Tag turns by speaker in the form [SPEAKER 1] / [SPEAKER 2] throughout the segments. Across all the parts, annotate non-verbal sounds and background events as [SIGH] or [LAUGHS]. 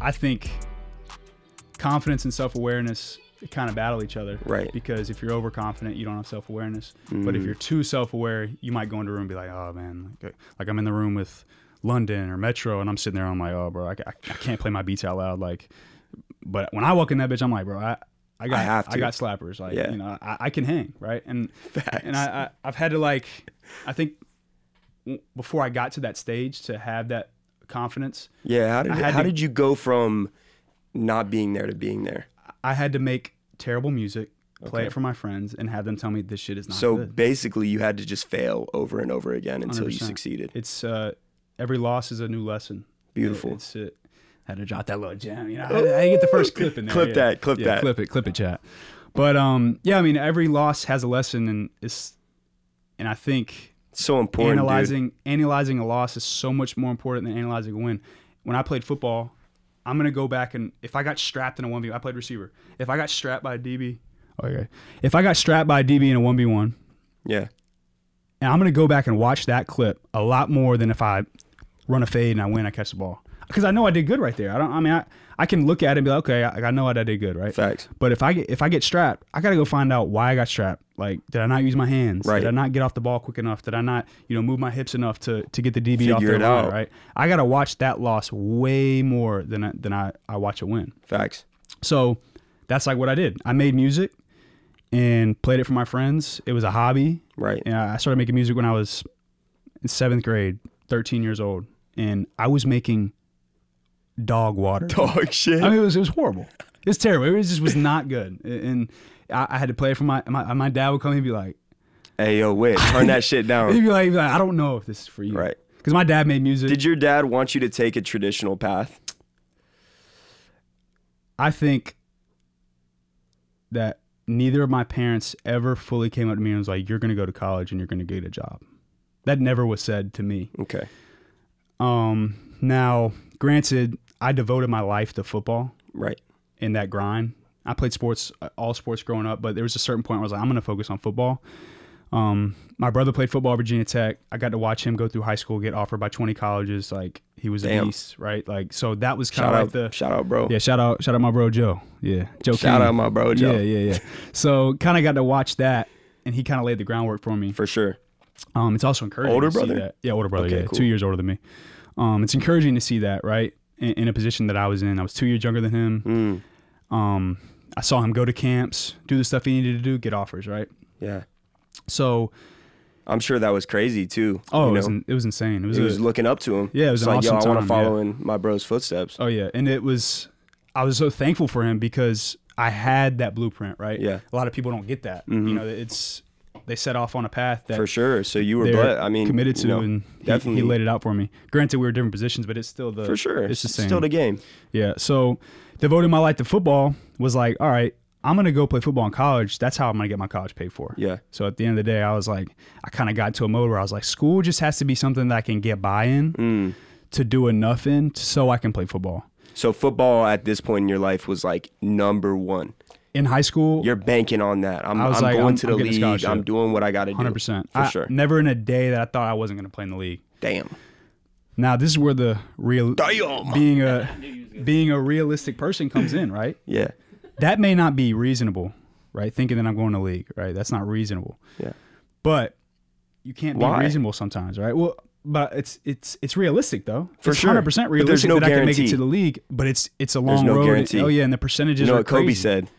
[SPEAKER 1] I think confidence and self awareness kind of battle each other.
[SPEAKER 2] Right. Mm.
[SPEAKER 1] Because if you're overconfident, you don't have self awareness. But if you're too self aware, you might go into a room and be like, oh man, like, like I'm in the room with London or Metro and I'm sitting there, I'm like, oh bro, I, ca- I can't play my beats out loud. Like, but when I walk in that bitch, I'm like, bro, I, I got, I,
[SPEAKER 2] have to.
[SPEAKER 1] got slappers. Like,
[SPEAKER 2] Yeah.
[SPEAKER 1] you know, I, I can hang. Right. And,
[SPEAKER 2] Facts.
[SPEAKER 1] and I, I, I've had to like, I think w- before I got to that stage to have that confidence,
[SPEAKER 2] yeah. How did
[SPEAKER 1] had
[SPEAKER 2] how
[SPEAKER 1] to-
[SPEAKER 2] did you go from not being there to being there?
[SPEAKER 1] I had to make terrible music, play it for my friends, and have them tell me this shit is not
[SPEAKER 2] So
[SPEAKER 1] good.
[SPEAKER 2] basically, you had to just fail over and over again until you
[SPEAKER 1] 100%.
[SPEAKER 2] succeeded.
[SPEAKER 1] It's uh, every loss is a new lesson.
[SPEAKER 2] Beautiful.
[SPEAKER 1] It's uh, had to jot that little gem. You know, I had, I had to get the first clip in there.
[SPEAKER 2] Clip
[SPEAKER 1] yeah.
[SPEAKER 2] that, clip
[SPEAKER 1] Yeah,
[SPEAKER 2] that.
[SPEAKER 1] Clip it. Clip it. Chat. But um, yeah, I mean, every loss has a lesson, and it's, and I think
[SPEAKER 2] It's so important. Dude.
[SPEAKER 1] analyzing analyzing a loss is so much more important than analyzing a win. When I played football, I'm gonna go back and if I got strapped in a one v, I played receiver. If I got strapped by a DB, okay. If I got strapped by a DB in a one v one,
[SPEAKER 2] Yeah.
[SPEAKER 1] and I'm gonna go back and watch that clip a lot more than if I run a fade and I win, I catch the ball because I know I did good right there. I don't. I mean, I, I can look at it and be like, okay, I, I know I did good, right?
[SPEAKER 2] Facts.
[SPEAKER 1] But if I get if I get strapped, I gotta go find out why I got strapped. Like, did I not use my hands?
[SPEAKER 2] Right.
[SPEAKER 1] Did I not get off the ball quick enough? Did I not, you know, move my hips enough to to get the DB off
[SPEAKER 2] Figure
[SPEAKER 1] their
[SPEAKER 2] it
[SPEAKER 1] line?
[SPEAKER 2] out.
[SPEAKER 1] Right. I gotta watch that loss way more than I, than I I watch a win.
[SPEAKER 2] Facts.
[SPEAKER 1] So that's like what I did. I made music and played it for my friends. It was a hobby.
[SPEAKER 2] Right.
[SPEAKER 1] And I started making music when I was in seventh grade, 13 years old, and I was making dog water.
[SPEAKER 2] Dog shit.
[SPEAKER 1] I mean, it was it was horrible. It was terrible. It was, just was not good. And I, I had to play it for my my, my dad would come in and be like,
[SPEAKER 2] hey yo, wait, turn that shit
[SPEAKER 1] he'd [LAUGHS]
[SPEAKER 2] down.
[SPEAKER 1] be like, he'd be like, I don't know if this is for you,
[SPEAKER 2] Right.
[SPEAKER 1] Because my dad made music.
[SPEAKER 2] Did your dad want you to take a traditional path?
[SPEAKER 1] I think that neither of my parents ever fully came up to me and was like, "You're going to go to college and you're going to get a job." That never was said to me.
[SPEAKER 2] Okay.
[SPEAKER 1] Um, now, granted, I devoted my life to football.
[SPEAKER 2] Right.
[SPEAKER 1] in that grind. I played sports, uh, all sports growing up, but there was a certain point where I was like, I'm going to focus on football. Um, my brother played football at Virginia Tech. I got to watch him go through high school, get offered by 20 colleges. Like he was a
[SPEAKER 2] Damn.
[SPEAKER 1] beast, right? Like so that was kind
[SPEAKER 2] Shout
[SPEAKER 1] of
[SPEAKER 2] out.
[SPEAKER 1] like the
[SPEAKER 2] shout out, bro.
[SPEAKER 1] yeah. Shout out, shout out my bro Joe. Yeah, Joe.
[SPEAKER 2] shout
[SPEAKER 1] King.
[SPEAKER 2] out, my bro, Joe.
[SPEAKER 1] Yeah, yeah, yeah. so kind of got to watch that, and he kind of laid the groundwork for me.
[SPEAKER 2] For sure.
[SPEAKER 1] Um, it's also encouraging.
[SPEAKER 2] Older
[SPEAKER 1] to see
[SPEAKER 2] brother?
[SPEAKER 1] that. Yeah, older brother.
[SPEAKER 2] Okay,
[SPEAKER 1] yeah,
[SPEAKER 2] cool.
[SPEAKER 1] two years older than me. Um, it's encouraging to see that, right? In, in a position that I was in, I was two years younger than him.
[SPEAKER 2] Mm.
[SPEAKER 1] Um, I saw him go to camps, do the stuff he needed to do, get offers, right?
[SPEAKER 2] Yeah.
[SPEAKER 1] So,
[SPEAKER 2] I'm sure that was crazy too.
[SPEAKER 1] oh,
[SPEAKER 2] you
[SPEAKER 1] it was,
[SPEAKER 2] know?
[SPEAKER 1] in, it was insane. It was,
[SPEAKER 2] he
[SPEAKER 1] a-
[SPEAKER 2] was looking up to him.
[SPEAKER 1] Yeah, it was
[SPEAKER 2] It's
[SPEAKER 1] an
[SPEAKER 2] like, yo,
[SPEAKER 1] awesome
[SPEAKER 2] I want to
[SPEAKER 1] time,
[SPEAKER 2] follow in my bro's footsteps.
[SPEAKER 1] oh yeah, and it was. I was so thankful for him because I had that blueprint, right?
[SPEAKER 2] Yeah. Mm-hmm.
[SPEAKER 1] A lot of people don't get that. You know, it's they set off on a path that
[SPEAKER 2] For sure. So you were,
[SPEAKER 1] they're
[SPEAKER 2] but I mean,
[SPEAKER 1] committed
[SPEAKER 2] you
[SPEAKER 1] to,
[SPEAKER 2] know,
[SPEAKER 1] and he,
[SPEAKER 2] definitely
[SPEAKER 1] he laid it out for me. Granted, we were different positions, but it's still the
[SPEAKER 2] for sure.
[SPEAKER 1] It's the same.
[SPEAKER 2] Still the game.
[SPEAKER 1] Yeah. So devoted my life to football was like, all right, I'm gonna go play football in college. That's how I'm gonna get my college paid for.
[SPEAKER 2] Yeah.
[SPEAKER 1] So at the end of the day, I was like, I kind of got to a mode where I was like, school just has to be something that I can get by in
[SPEAKER 2] Mm.
[SPEAKER 1] to do enough in so I can play football.
[SPEAKER 2] So football at this point in your life was like number one.
[SPEAKER 1] In high school,
[SPEAKER 2] You're banking on that. I'm,
[SPEAKER 1] I was
[SPEAKER 2] I'm
[SPEAKER 1] like,
[SPEAKER 2] going
[SPEAKER 1] I'm-
[SPEAKER 2] to
[SPEAKER 1] I'm
[SPEAKER 2] the
[SPEAKER 1] getting a
[SPEAKER 2] league.
[SPEAKER 1] scholarship.
[SPEAKER 2] I'm doing what I got to do.
[SPEAKER 1] 100%.
[SPEAKER 2] For
[SPEAKER 1] I-
[SPEAKER 2] sure.
[SPEAKER 1] Never in a day that I thought I wasn't gonna play in the league.
[SPEAKER 2] Damn.
[SPEAKER 1] Now this is where the real
[SPEAKER 2] Damn.
[SPEAKER 1] being a being a realistic person comes in, right?
[SPEAKER 2] Yeah.
[SPEAKER 1] That may not be reasonable, right? Thinking that I'm going to league, right? That's not reasonable.
[SPEAKER 2] Yeah.
[SPEAKER 1] but you can't be
[SPEAKER 2] Why?
[SPEAKER 1] reasonable sometimes, right? Well, but it's it's it's realistic though.
[SPEAKER 2] For
[SPEAKER 1] it's
[SPEAKER 2] sure.
[SPEAKER 1] hundred percent
[SPEAKER 2] But there's
[SPEAKER 1] realistic
[SPEAKER 2] no
[SPEAKER 1] that I can make it
[SPEAKER 2] guarantee.
[SPEAKER 1] to the league, but it's it's a long
[SPEAKER 2] no
[SPEAKER 1] road.
[SPEAKER 2] guarantee.
[SPEAKER 1] Oh yeah, and the percentages
[SPEAKER 2] You know
[SPEAKER 1] are
[SPEAKER 2] what Kobe
[SPEAKER 1] crazy.
[SPEAKER 2] said?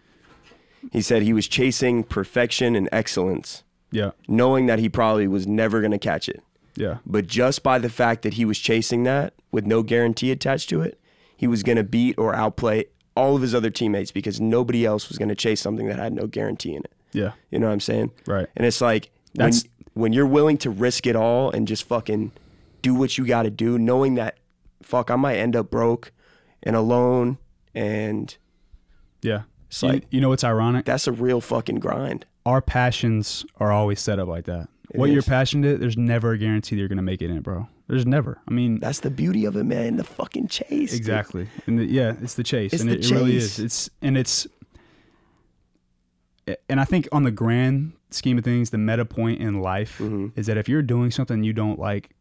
[SPEAKER 2] He said he was chasing perfection and excellence,
[SPEAKER 1] Yeah,
[SPEAKER 2] knowing that he probably was never going to catch it.
[SPEAKER 1] yeah,
[SPEAKER 2] But just by the fact that he was chasing that with no guarantee attached to it, he was going to beat or outplay all of his other teammates because nobody else was going to chase something that had no guarantee in it.
[SPEAKER 1] yeah,
[SPEAKER 2] You know what I'm saying?
[SPEAKER 1] Right.
[SPEAKER 2] And it's like when,
[SPEAKER 1] That's-
[SPEAKER 2] when you're willing to risk it all and just fucking do what you got to do, knowing that fuck, I might end up broke and alone, and
[SPEAKER 1] yeah. You,
[SPEAKER 2] like-
[SPEAKER 1] you know what's ironic?
[SPEAKER 2] that's a real fucking grind.
[SPEAKER 1] Our passions are always set up like that. what you're
[SPEAKER 2] is.
[SPEAKER 1] passionate, at, there's never a guarantee that you're gonna make it in, bro. There's never. I mean,
[SPEAKER 2] That's the beauty of it, man. The fucking chase. dude.
[SPEAKER 1] Exactly. And the, yeah, it's the chase.
[SPEAKER 2] It's
[SPEAKER 1] and
[SPEAKER 2] the
[SPEAKER 1] it, it really
[SPEAKER 2] chase.
[SPEAKER 1] is. It's and it's and I think on the grand
[SPEAKER 2] Mm-hmm.
[SPEAKER 1] scheme of things, the meta point in life is that if you're doing something you don't like,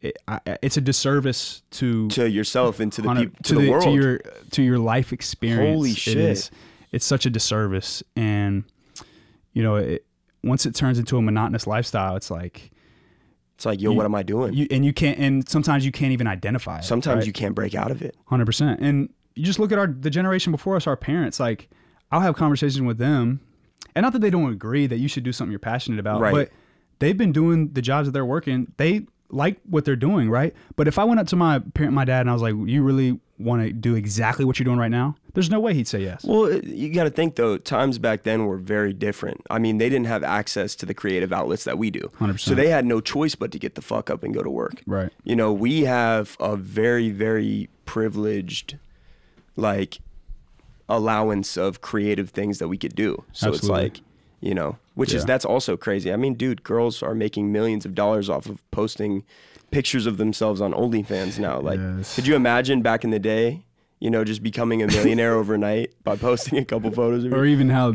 [SPEAKER 1] it, I, it's a disservice to
[SPEAKER 2] to yourself and to the
[SPEAKER 1] on a-
[SPEAKER 2] people to, the, world.
[SPEAKER 1] to your to your life experience.
[SPEAKER 2] Holy
[SPEAKER 1] It
[SPEAKER 2] shit.
[SPEAKER 1] is- it's such a disservice, and you know, it, once it turns into a monotonous lifestyle, it's like
[SPEAKER 2] it's like, yo, what am I doing?
[SPEAKER 1] you and you can't, and sometimes you can't even identify. It,
[SPEAKER 2] Sometimes you can't break out of it.
[SPEAKER 1] hundred percent. And you just look at our the generation before us, our parents. Like I'll have conversations with them, and not that they don't agree that you should do something you're passionate about,
[SPEAKER 2] Right.
[SPEAKER 1] but they've been doing the jobs that they're working. They like what they're doing, right? But if I went up to my parent, my dad, and I was like, "You really want to do exactly what you're doing right now?" There's no way he'd say yes.
[SPEAKER 2] Well, it- you got to think though. Times back then were very different. I mean, they didn't have access to the creative outlets that we do,
[SPEAKER 1] 100%.
[SPEAKER 2] so they had no choice but to get the fuck up and go to work.
[SPEAKER 1] Right.
[SPEAKER 2] You know, we have a very, very privileged, like, allowance of creative things that we could do. So it's
[SPEAKER 1] Absolutely.
[SPEAKER 2] like, you know, which is
[SPEAKER 1] Yeah.
[SPEAKER 2] that's also crazy. I mean, dude, girls are making millions of dollars off of posting pictures of themselves on OnlyFans now. Like,
[SPEAKER 1] Yes.
[SPEAKER 2] could you imagine back in the day? You know, just becoming a
[SPEAKER 1] [LAUGHS]
[SPEAKER 2] millionaire overnight by posting a couple photos of
[SPEAKER 1] Or
[SPEAKER 2] your
[SPEAKER 1] even how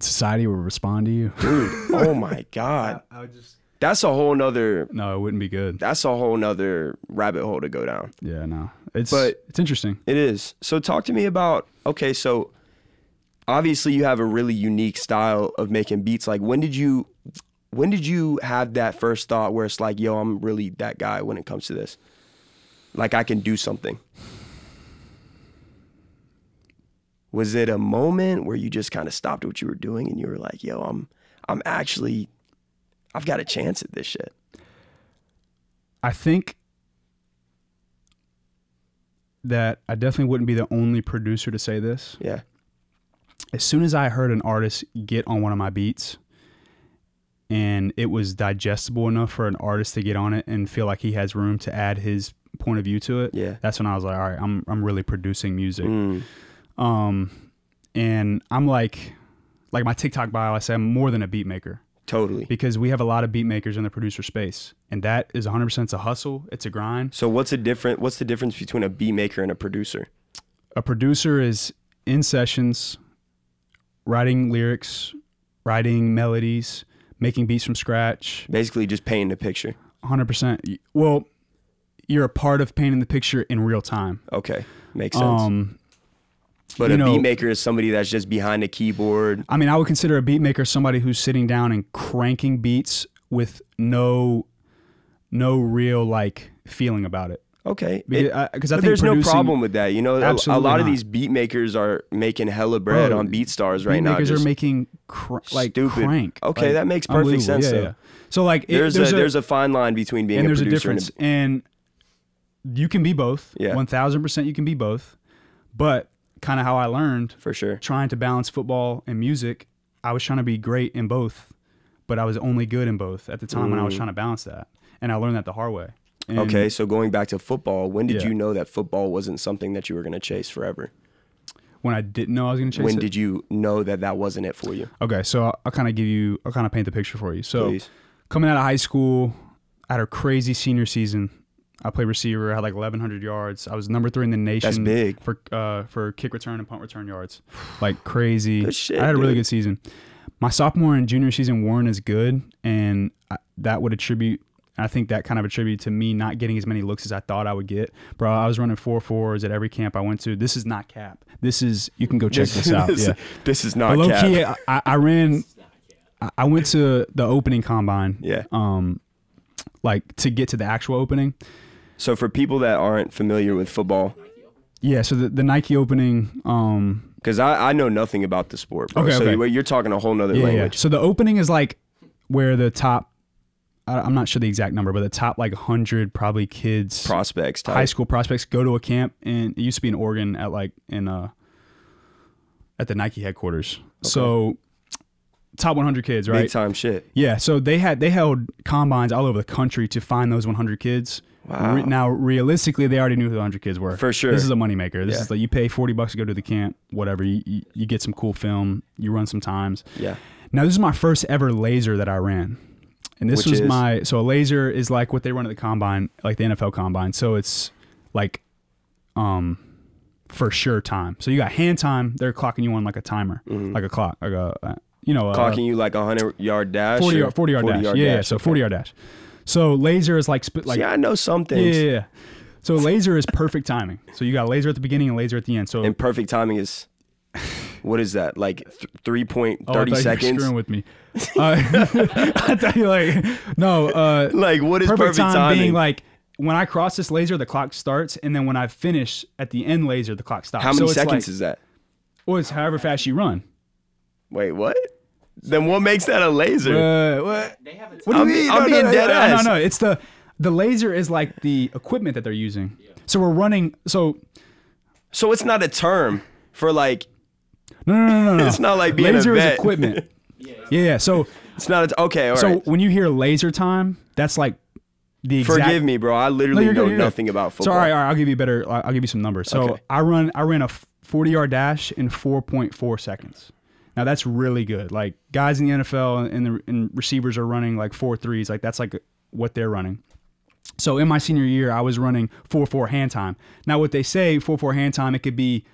[SPEAKER 1] society would respond to you. [LAUGHS]
[SPEAKER 2] dude. Oh my god,
[SPEAKER 1] I would just
[SPEAKER 2] that's a whole nother.
[SPEAKER 1] no, it wouldn't be good.
[SPEAKER 2] That's a whole nother rabbit hole to go down.
[SPEAKER 1] Yeah, no, it's
[SPEAKER 2] But-
[SPEAKER 1] it's interesting.
[SPEAKER 2] It is. So talk to me about okay, so obviously you have a really unique style of making beats. Like when did you when did you have that first thought where it's like, yo, I'm really that guy when it comes to this? Like I can do something. Was it a moment where you just kind of stopped what you were doing and you were like, yo, I'm I'm actually I've got a chance at this shit.
[SPEAKER 1] I think that I definitely wouldn't be the only producer to say this.
[SPEAKER 2] Yeah.
[SPEAKER 1] As soon as I heard an artist get on one of my beats and it was digestible enough for an artist to get on it and feel like he has room to add his point of view to it,
[SPEAKER 2] Yeah.
[SPEAKER 1] that's when I was like, all right, I'm I'm really producing music.
[SPEAKER 2] Mm.
[SPEAKER 1] Um and I'm like like my TikTok bio, I say I'm more than a beat maker
[SPEAKER 2] Totally.
[SPEAKER 1] because we have a lot of beat makers in the producer space. And that is 100% it's a hustle, it's a grind.
[SPEAKER 2] So what's a different what's the difference between a beat maker and a producer?
[SPEAKER 1] a producer is in sessions writing lyrics writing melodies making beats from scratch
[SPEAKER 2] basically just painting a picture.
[SPEAKER 1] 100% Y- well you're a part of painting the picture in real time
[SPEAKER 2] Okay, makes sense.
[SPEAKER 1] um
[SPEAKER 2] but
[SPEAKER 1] you
[SPEAKER 2] a
[SPEAKER 1] know-
[SPEAKER 2] beat maker is somebody that's just behind a keyboard.
[SPEAKER 1] i mean i would consider a beat maker somebody who's sitting down and cranking beats with no no real like feeling about it
[SPEAKER 2] Okay,
[SPEAKER 1] because
[SPEAKER 2] It-
[SPEAKER 1] I, 'cause I
[SPEAKER 2] but
[SPEAKER 1] think
[SPEAKER 2] there's no
[SPEAKER 1] producing-
[SPEAKER 2] problem with that. You know, a, a
[SPEAKER 1] Absolutely
[SPEAKER 2] lot of
[SPEAKER 1] not.
[SPEAKER 2] these beat makers are making hella bread
[SPEAKER 1] Bro,
[SPEAKER 2] on Beat Stars
[SPEAKER 1] beat
[SPEAKER 2] right now.
[SPEAKER 1] makers
[SPEAKER 2] just-
[SPEAKER 1] are making cr- like
[SPEAKER 2] stupid.
[SPEAKER 1] crank
[SPEAKER 2] Okay,
[SPEAKER 1] Like,
[SPEAKER 2] that makes perfect
[SPEAKER 1] unbelievable.
[SPEAKER 2] sense,
[SPEAKER 1] yeah,
[SPEAKER 2] though.
[SPEAKER 1] yeah. so like it-
[SPEAKER 2] there's, a,
[SPEAKER 1] a
[SPEAKER 2] there's a fine line between being
[SPEAKER 1] and
[SPEAKER 2] a
[SPEAKER 1] there's a
[SPEAKER 2] producer and
[SPEAKER 1] difference.
[SPEAKER 2] a,
[SPEAKER 1] And you can be both.
[SPEAKER 2] Yeah.
[SPEAKER 1] One thousand percent, you can be both. But kind of how I learned,
[SPEAKER 2] for sure.
[SPEAKER 1] trying to balance football and music, I was trying to be great in both, but I was only good in both at the time when I was trying to balance that, and I learned that the hard way. And
[SPEAKER 2] Mm. Okay, so going back to football, when did
[SPEAKER 1] Yeah.
[SPEAKER 2] you know that football wasn't something that you were going to chase forever?
[SPEAKER 1] When I didn't know I was going to chase
[SPEAKER 2] When
[SPEAKER 1] it.
[SPEAKER 2] did you know that that wasn't it for you?
[SPEAKER 1] okay, so I'll, I'll kind of give you, I'll kind of paint the picture for you. So
[SPEAKER 2] Please.
[SPEAKER 1] coming out of high school, I had a crazy senior season. I played receiver, had like 1,100 yards. I was number three in the nation.
[SPEAKER 2] big.
[SPEAKER 1] for uh, for kick return and punt return yards, like crazy.
[SPEAKER 2] [SIGHS] Good shit,
[SPEAKER 1] I had a really
[SPEAKER 2] dude.
[SPEAKER 1] good season. My sophomore and junior season weren't as good, and I, that would attribute. I think that kind of attribute to me not getting as many looks as I thought I would get. Bro, I was running four fours at every camp I went to. This is not cap. This is you can go check this
[SPEAKER 2] [LAUGHS]
[SPEAKER 1] out.
[SPEAKER 2] this,
[SPEAKER 1] Yeah,
[SPEAKER 2] this is not
[SPEAKER 1] but uh, low
[SPEAKER 2] cap.
[SPEAKER 1] key, I, I- I ran. I- I went to the opening combine.
[SPEAKER 2] Yeah.
[SPEAKER 1] Um, like to get to the actual opening.
[SPEAKER 2] So for people that aren't familiar with football,
[SPEAKER 1] Yeah. So the, the Nike opening. Um.
[SPEAKER 2] Because I, I know nothing about the sport, bro.
[SPEAKER 1] Okay,
[SPEAKER 2] so
[SPEAKER 1] okay.
[SPEAKER 2] you- you're talking a whole nother
[SPEAKER 1] Yeah, yeah.
[SPEAKER 2] language.
[SPEAKER 1] So the opening is like where the top. I, I'm not sure the exact number, but the top like hundred probably kids,
[SPEAKER 2] Prospects type.
[SPEAKER 1] high school prospects, go to a camp, and it used to be in Oregon at like in uh at the Nike headquarters. So top 100 kids, right?
[SPEAKER 2] Big time shit.
[SPEAKER 1] Yeah, so they had they held combines all over the country to find those 100 kids.
[SPEAKER 2] Wow.
[SPEAKER 1] Re- now, realistically, they already knew who the 100 kids were.
[SPEAKER 2] For sure.
[SPEAKER 1] this is a moneymaker. This
[SPEAKER 2] Yeah.
[SPEAKER 1] is like you pay 40 bucks to go to the camp, whatever. You, you, you get some cool film, you run some times.
[SPEAKER 2] Yeah.
[SPEAKER 1] Now, this is my first ever laser that I ran, and this
[SPEAKER 2] Which
[SPEAKER 1] was
[SPEAKER 2] is?
[SPEAKER 1] my so a laser is like what they run at the combine, like the NFL combine. So it's like, um, for sure time. So you got hand time. They're clocking you on like a timer,
[SPEAKER 2] Mm-hmm.
[SPEAKER 1] like a clock, like a uh, you know a,
[SPEAKER 2] Clocking you like a 100 yard dash.
[SPEAKER 1] 40
[SPEAKER 2] or
[SPEAKER 1] yard, 40 yard dash. yeah, yeah, so 40 yard dash. So laser is like sp- like
[SPEAKER 2] See, I know some
[SPEAKER 1] yeah,
[SPEAKER 2] things.
[SPEAKER 1] yeah, yeah. So laser is perfect timing. So you got laser at the beginning and laser at the end. So
[SPEAKER 2] And perfect timing is what is that? Like th- three point
[SPEAKER 1] Oh, I
[SPEAKER 2] thirty
[SPEAKER 1] thought you were
[SPEAKER 2] seconds. [LAUGHS]
[SPEAKER 1] screwing with me. Uh, [LAUGHS] I thought you like no. Uh,
[SPEAKER 2] Like what is
[SPEAKER 1] perfect,
[SPEAKER 2] perfect,
[SPEAKER 1] time
[SPEAKER 2] timing?
[SPEAKER 1] being like when I cross this laser, the clock starts, and then when I finish at the end laser, the clock stops.
[SPEAKER 2] How many
[SPEAKER 1] so
[SPEAKER 2] seconds
[SPEAKER 1] It's like,
[SPEAKER 2] is that?
[SPEAKER 1] well, it's however fast you run.
[SPEAKER 2] Wait, what? Then what makes that a laser?
[SPEAKER 1] Uh, what?
[SPEAKER 3] They have a
[SPEAKER 1] What do you
[SPEAKER 2] I'm-
[SPEAKER 1] mean?
[SPEAKER 2] I'm
[SPEAKER 1] no,
[SPEAKER 2] being
[SPEAKER 1] no,
[SPEAKER 2] dead
[SPEAKER 1] no,
[SPEAKER 2] ass.
[SPEAKER 1] No, no, it's the the laser is like the equipment that they're using. So we're running. So
[SPEAKER 2] so it's not a term for like
[SPEAKER 1] no, no, no, no,
[SPEAKER 2] [LAUGHS]
[SPEAKER 1] no.
[SPEAKER 2] It's not like
[SPEAKER 1] [LAUGHS]
[SPEAKER 2] being a
[SPEAKER 1] laser
[SPEAKER 2] vet. [LAUGHS]
[SPEAKER 1] is equipment. yeah, yeah. So
[SPEAKER 2] it's not a, okay. All right.
[SPEAKER 1] so when you hear laser time, that's like the exact
[SPEAKER 2] Forgive me, bro. I
[SPEAKER 1] No,
[SPEAKER 2] literally
[SPEAKER 1] you're good,
[SPEAKER 2] know
[SPEAKER 1] you're good.
[SPEAKER 2] nothing about
[SPEAKER 1] So
[SPEAKER 2] football.
[SPEAKER 1] all right, all right, I'll give you better. I'll I'll give you some numbers. So
[SPEAKER 2] Okay.
[SPEAKER 1] I run, I ran a forty yard dash in four point four seconds. Now that's really good. Like guys in the NFL and the and receivers are running like four threes. Like that's like what they're running. So in my senior year, I was running four four hand time. Now what they say four four hand time, it could be